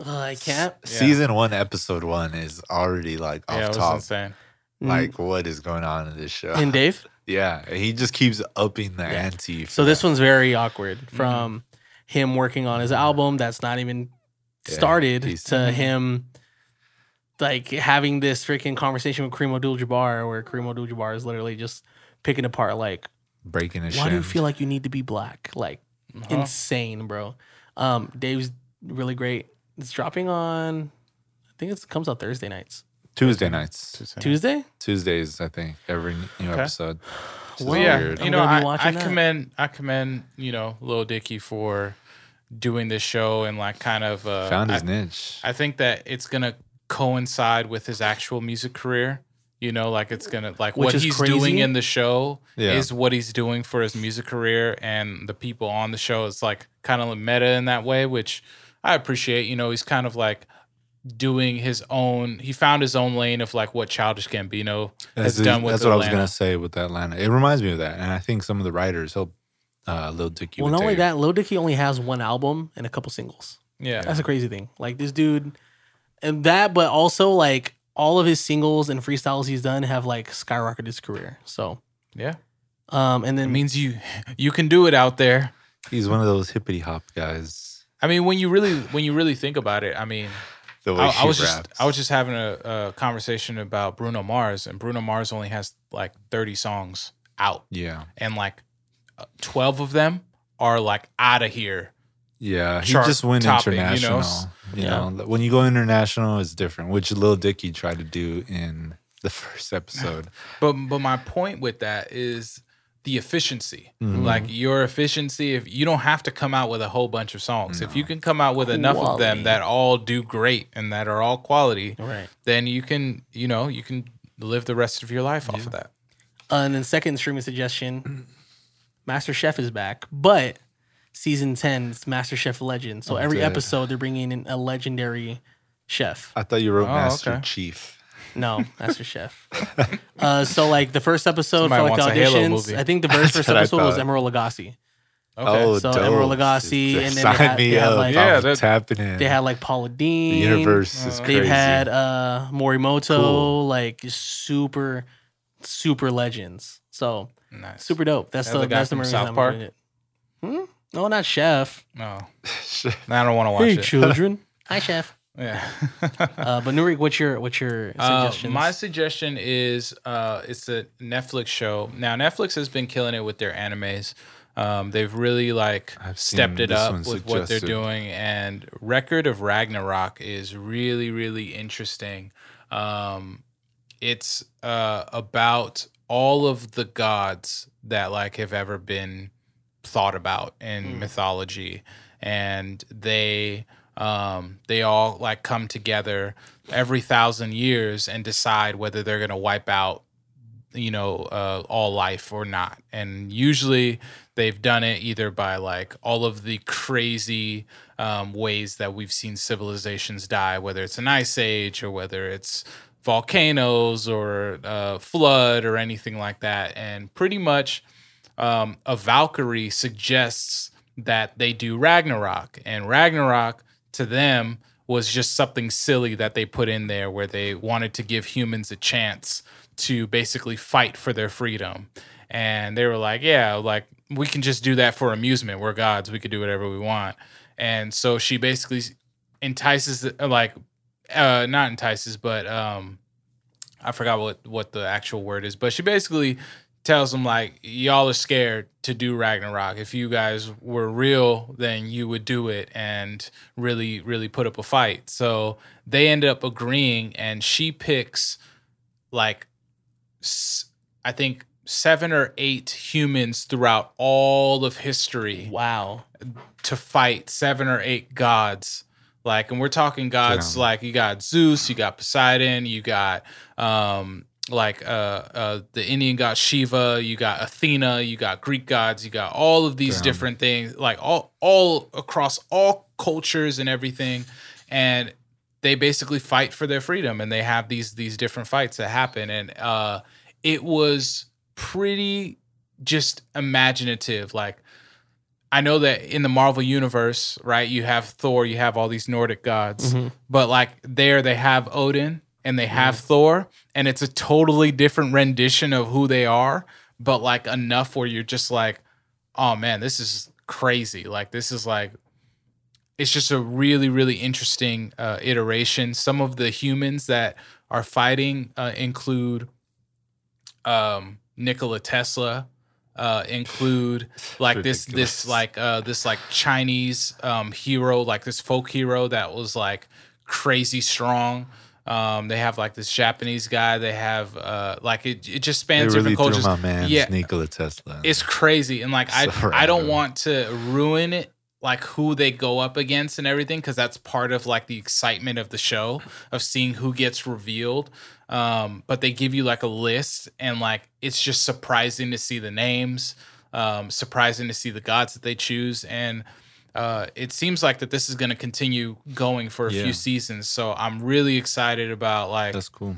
"Ugh, I can't. Yeah. season one, episode one is already like off yeah. It was top. insane. Mm. Like what is going on in this show? Mm. And Dave. yeah, and he just keeps upping the Yeah. ante. So for this that. one's very awkward Mm-hmm. from him working on his album that's not even Yeah, started he's- mm-hmm. to him like having this freaking conversation with Kareem Abdul-Jabbar where Kareem Abdul-Jabbar is literally just picking apart like breaking his. why do you shins. feel like you need to be black? Like Uh-huh. insane, bro. Um Dave's really great. It's dropping on I think it's, it comes out Thursday nights. Tuesday nights? Two seconds. Tuesday? Tuesdays, I think, every new Okay. episode. Which is Well, Well, yeah, weird. you I'm know, gonna be I, watching I that. commend, I commend, you know, Lil Dicky for doing this show and like kind of uh, Found his I, niche. I think that it's gonna coincide with his actual music career. You know, like it's gonna like Which what is he's crazy. doing in the show Yeah. is what he's doing for his music career, and the people on the show is like kind of meta in that way, which I appreciate. You know, he's kind of like doing his own. He found his own lane of like what Childish Gambino has That's the- done with that's Atlanta. what I was gonna say with Atlanta. It reminds me of that, and I think some of the writers helped uh, Lil Dicky. well, with not only Dave. that, Lil Dicky only has one album and a couple singles. Yeah. That's a crazy thing. Like this dude, and that, but also like all of his singles and freestyles he's done have like skyrocketed his career. So, Yeah. um, and It then means you you can do it out there. he's one of those hippity hop guys. I mean, when you really when you really think about it, I mean, The way I, she I was raps. just I was just having a, a conversation about Bruno Mars, and Bruno Mars only has like thirty songs out, yeah, and like uh, twelve of them are like out of here. yeah. He Chart just went topping, you know, international. s- You yeah. know, when you go international, it's different. Which Lil Dicky tried to do in the first episode. But but my point with that is the efficiency. Mhm. Like your efficiency, if you don't have to come out with a whole bunch of songs, if you can come out with enough of Quality. them that all do great and that are all quality, all right. then you can you know you can live the rest of your life off of that. Uh, and then second streaming suggestion, Master Chef is back, but season 10, it's Master Chef Legend. So Oh, every dude. episode, they're bringing in a legendary chef. I thought you wrote Oh, Master okay. Chief. No, Master Chef. Uh, so like the first episode Somebody for like the wants a Halo auditions, movie. I think the very first what I episode was thought. Emerald Lagasse. Okay. Oh, So dope. Emerald Lagasse, and then they Sign had- me they had, up. like- Yeah, I'm that- Oh, tapping in. They had like Paula the Dean. universe is They've crazy. They've had uh Morimoto, Cool. like super, super legends. So nice. super dope. That's That's the, the guy that's the from main South reason I'm Park? doing it. Hmm? No, not Chef. No, Now I don't want to watch it. children. Hi, Chef. Yeah. Uh, but Nurik, what's your what's your Uh, suggestions? my suggestion is uh, it's a Netflix show. Now Netflix has been killing it with their animes. Um, they've really like I've stepped seen it this up one with what they're suggested. doing, and Record of Ragnarok is really really interesting. Um, it's uh, about all of the gods that like have ever been thought about in Mm. mythology and they um, they all like come together every thousand years and decide whether they're going to wipe out you know uh, all life or not and usually they've done it either by like all of the crazy um, ways that we've seen civilizations die whether it's an ice age or whether it's volcanoes or uh, flood or anything like that and pretty much um, a Valkyrie suggests that they do Ragnarok, and Ragnarok to them was just something silly that they put in there where they wanted to give humans a chance to basically fight for their freedom. And they were like, yeah, like we can just do that for amusement. We're gods, we could do whatever we want. And so she basically entices, like, uh, not entices, but um, I forgot what what the actual word is, but she basically tells them like y'all are scared to do Ragnarok. If you guys were real, then you would do it and really really put up a fight. So they end up agreeing and she picks like s- I think 7 or 8 humans throughout all of history wow. to fight seven or eight gods. Like, and we're talking gods Damn. like you got Zeus, you got Poseidon, you got um like uh, uh the Indian god Shiva, you got Athena, you got Greek gods, you got all of these Damn. different things, like all all across all cultures and everything. And they basically fight for their freedom and they have these these different fights that happen. And uh it was pretty just imaginative. Like I know that in the Marvel universe, right, you have Thor, you have all these Nordic gods, Mhm. but like there they have Odin and they have Thor, and it's a totally different rendition of who they are, but like enough where you're just like, oh man, this is crazy. Like this is like it's just a really really interesting uh, iteration. Some of the humans that are fighting uh, include um, Nikola Tesla, uh, include like this this Ridiculous. like uh, this like Chinese um, hero, like this folk hero that was like crazy strong. Um, they have like this Japanese guy. They have uh, like it. It just They spans really different threw cultures. my man Yeah. Nikola Tesla. It's crazy, and like I, Sorry, I don't bro. want to ruin it, like who they go up against and everything, because that's part of like the excitement of the show of seeing who gets revealed. Um, but they give you like a list, and like it's just surprising to see the names, um, surprising to see the gods that they choose, and uh, it seems like that this is going to continue going for a Yeah. few seasons. So I'm really excited about like that's cool.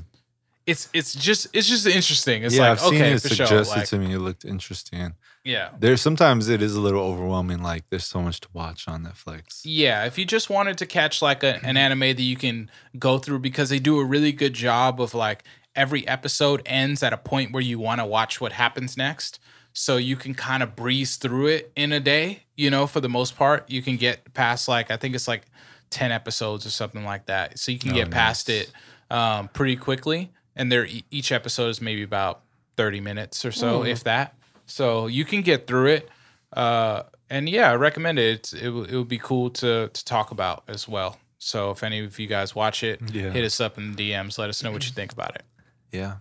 it's it's just it's just interesting. It's yeah, like I've seen okay, it for suggested sure, like, to me. It looked interesting. yeah. There sometimes it is a little overwhelming. Like there's so much to watch on Netflix. Yeah, if you just wanted to catch like a, an anime that you can go through because they do a really good job of like every episode ends at a point where you want to watch what happens next. So you can kind of breeze through it in a day, you know, for the most part. You can get past like I think it's like 10 episodes or something like that. So you can Oh, get past nice. it um, pretty quickly and they're e- each episode is maybe about 30 minutes or so Hmm. if that. So you can get through it uh, and yeah, I recommend it. It's, it would- it would be cool to to talk about as well. So if any of you guys watch it, Yeah. hit us up in the DMs. Let us know what you think about it. Yeah.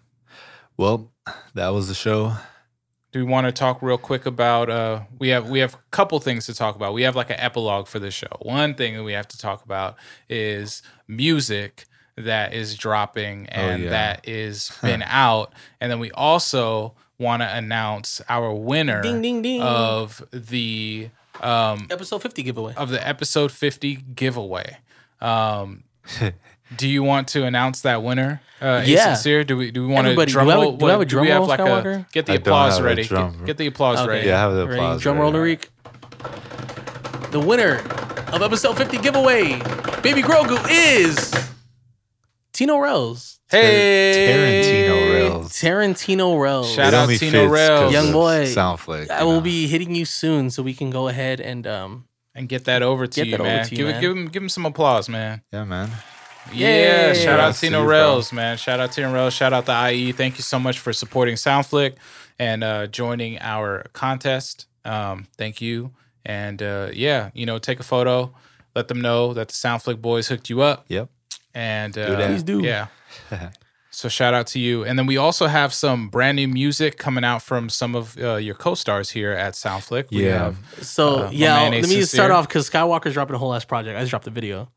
Well, that was the show. Do we want to talk real quick about? Uh, we have we have a couple things to talk about. We have like an epilogue for this show. One thing that we have to talk about is music that is dropping and Oh, yeah. that is been out, and then we also want to announce our winner Uh, Ding ding ding. of the um, Episode 50 giveaway. of the episode 50 giveaway. Um, do you want to announce that winner? Uh, Yeah. Sincere? Do we do we want to Everybody, drum do I have a- roll? do I have a What- drum we roll, like a Skywalker? get the I don't applause have a ready? drum Get, roll. get the applause ready. Yeah, have the Ready? applause Drum roll, ready. Tariq. The winner of episode 50 giveaway, Baby Grogu, is Tino Rose. Hey, Tarantino rails. Tarantino Rose. Shout It out only Tino fits 'cause Rails. Young of boy. Soundflake. I you will know. be hitting you soon, so we can go ahead and um, and get that over to Get you, that over man. to you, give, it- man. give him give him some applause, man. Yeah, man. Yeah, Yay. shout Yeah, out see Tino you, bro. Rails, man. Shout out Tino Rails. Shout out the IE. Thank you so much for supporting Soundflick and uh, joining our contest. Um, thank you. And uh, yeah, you know, take a photo. Let them know that the Soundflick boys hooked you up. Yep. And Do uh, that. Please do. Yeah. so shout out to you. And then we also have some brand new music coming out from some of uh, your co-stars here at Soundflick. We Yeah. have- So Uh, my yeah, let man me Ace just start Sincere. off because Skywalker's dropping a whole ass project. I just dropped the video.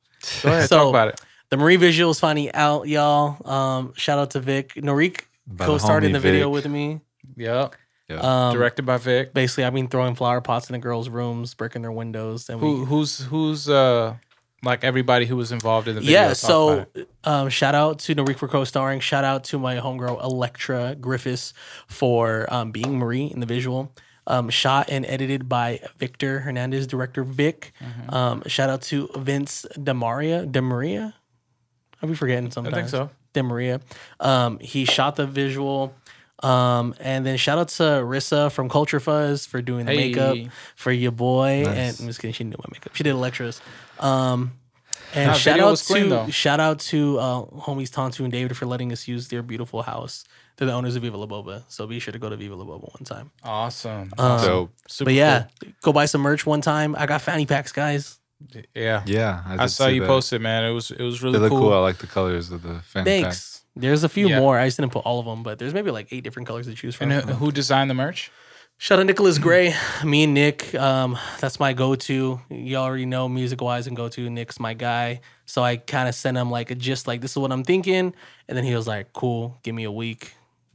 go ahead, So- talk about it. The Marie visual is finally out, y'all. Um, shout out to Vic. Norik By the co-starred in homie the video Vic. with me. Yeah. Um, Directed by Vic. Basically, I've been throwing flower pots in the girls' rooms, breaking their windows, and Who, we. who's who's uh like everybody who was involved in the video? Yeah, Talk about so it. um, shout out to Norik for co-starring. Shout out to my homegirl Electra Griffiths for um, being Marie in the visual. Um, shot and edited by Victor Hernandez, director Vic. Mm-hmm. Um, shout out to Vince Demaria. Demaria, I'll be forgetting I sometimes. think so. DeMaria. Um, he shot the visual. Um, and then shout out to Rissa from Culture Fuzz for doing the Hey. makeup for your boy. Nice. And I'm just kidding, she didn't do my makeup. She did Electra's. Um, and Nah, shout video out was clean, to though. shout out to uh, homies Tontu and David for letting us use their beautiful house. They're the owners of Viva La Boba, so be sure to go to Viva La Boba one time. Awesome. Um, Dope. Super but yeah, go buy some merch one time. I got fanny packs, guys. cool. yeah. Yeah. I did saw see you that. post it, man. It was it was They really look cool. cool. I like the colors of the fan pack. Thanks. There's a few Yeah. more. I just didn't put all of them, but there's maybe like eight different colors to choose from. And who who designed the merch? Shout out Nicholas Gray, me and Nick. Um, that's my go-to. You already know music wise and go-to. Nick's my guy, so I kind of sent him like a gist, like this is what I'm thinking, and then he was like, "Cool, give me a week,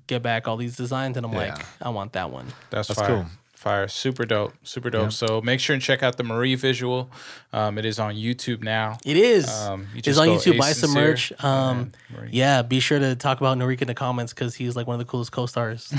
get back all these designs," and I'm like, Yeah. "I want that one." That's, That's fire. cool. Fire. Super dope. Super dope. So make sure and check out the Marie visual. Um, it is on YouTube now. It is. Um, you it's just on go YouTube. Ace Buy some Sincere merch. Um, and Marie. yeah, be sure to talk about Norik in the comments because he's like one of the coolest co-stars.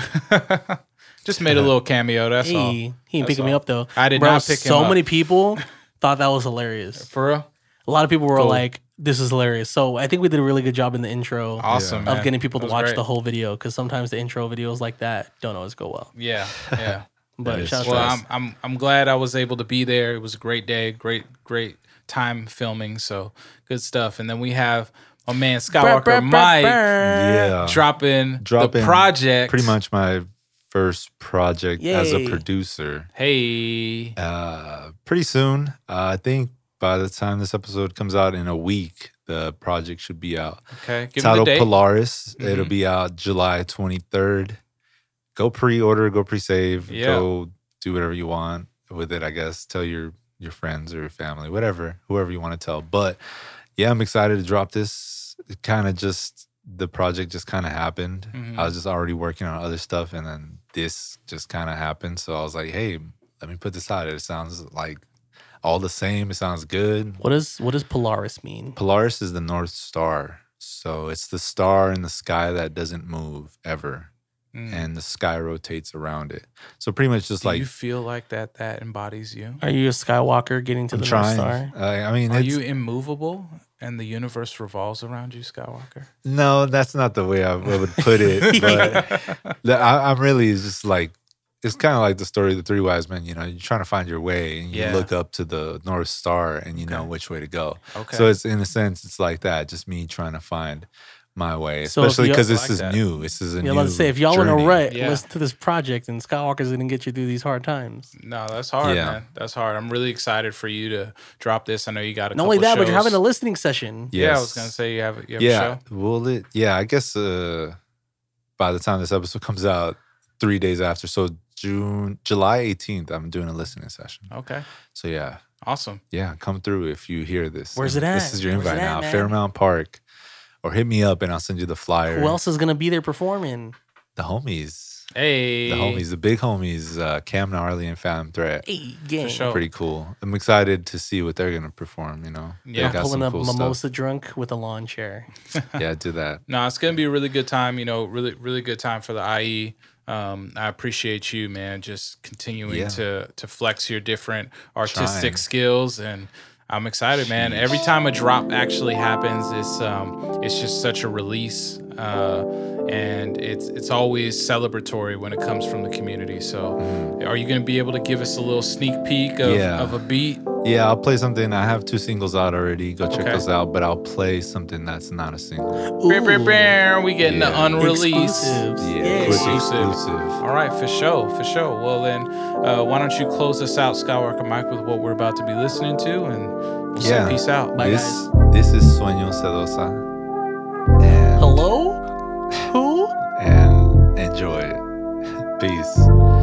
Just made a little cameo. That's hey, all. he ain't picking me all. up though. I did Bro, not pick him So up. many people thought that was hilarious. For real. A lot of people were Cool. like, "This is hilarious." So I think we did a really good job in the intro Awesome. of man. getting people to That was watch great. the whole video because sometimes the intro videos like that don't always go well. Yeah. Yeah. But is shout out to Well, us. I'm, I'm I'm glad I was able to be there. It was a great day, great great time filming. So good stuff. And then we have my man Brr, Skywalker brr, brr, Mike brr. Yeah. dropping Dropping the project. Pretty much my first project as Yay. a producer. Hey, Uh, pretty soon, uh, I think by the time this episode comes out in a week, the project should be out. okay, give me the Title date. Polaris. It'll Mhm. be out July 23rd. Go pre-order, go pre-save, Yeah. go do whatever you want with it, I guess. Tell your your friends or your family, whatever, whoever you want to tell. But yeah, I'm excited to drop this. It kind of just the project just kind of happened. Mhm. I was just already working on other stuff and then this just kind of happened. So I was like, hey, let me put this out. It sounds like all the same. It sounds good. what does what does Polaris mean? Polaris is the North Star. So it's the star in the sky that doesn't move ever. Mm. Hmm. And the sky rotates around it. So pretty much just Do like you feel like that that embodies you? Are you a Skywalker getting to I'm the trying. uh, North Star? I, I mean, Are it's, you immovable and the universe revolves around you, Skywalker? no, that's not the way I would put it. but the- I, I'm really just like, it's kind of like the story of the three wise men. You know, you're trying to find your way and you Yeah. look up to the North Star and you know Okay. which way to go. okay. So it's in a sense, it's like that. Just me trying to find my way, So if especially you- because I this like is that. new. This is a Yeah, new. let's say if y'all want to journey. rut, Yeah. listen to this project and Skywalker's gonna get you through these hard times. no, that's hard, Yeah. man. That's hard. I'm really excited for you to drop this. I know you got a Not couple only that, but you're shows. having a listening session. Yeah, I was Yes. gonna say you have you have a yeah show. well it yeah i guess uh by the time this episode comes out three days after so june july 18th i'm doing a listening session Oh. Okay, so yeah awesome. yeah come through if you hear this Where's And it this at? is your Where's it invite at, now man? fairmount park or hit me up and i'll send you the flyer Who else is gonna be there performing? the homies Hey, The homies, the big homies, uh, Cam Gnarly and Phantom Threat. Hey, gang. For sure. Pretty cool. I'm excited to see what they're gonna perform. You know, They Yeah. got Pulling some up cool mimosa drunk with a lawn chair. Stuff. Yeah, do that. No, it's gonna be a really good time. You know, really, really good time for the IE. Um, I appreciate you, man. Just continuing Yeah. to to flex your different artistic Trying. skills, and I'm excited, man. Every time a drop actually happens, it's um, it's just such a release, uh, and it's it's always celebratory when it comes from the community. So, are you gonna be able to give us a little sneak peek of, Mm-hmm. Yeah. of a beat? Yeah, I'll play something. I have two singles out already. Go check Okay. those out. But I'll play something that's not a single. Brr, brr, brr. We getting Yeah. the unreleased. Exclusives. Yeah, Yay. quick Exclusive. exclusive. All right, for sure, for sure. Well, then, uh, why don't you close us out, Skywalker Mike, with what we're about to be listening to, and we'll Yeah. say peace out. Bye, This this is Sueño Sedosa, and Hello? Who? and enjoy it. Peace.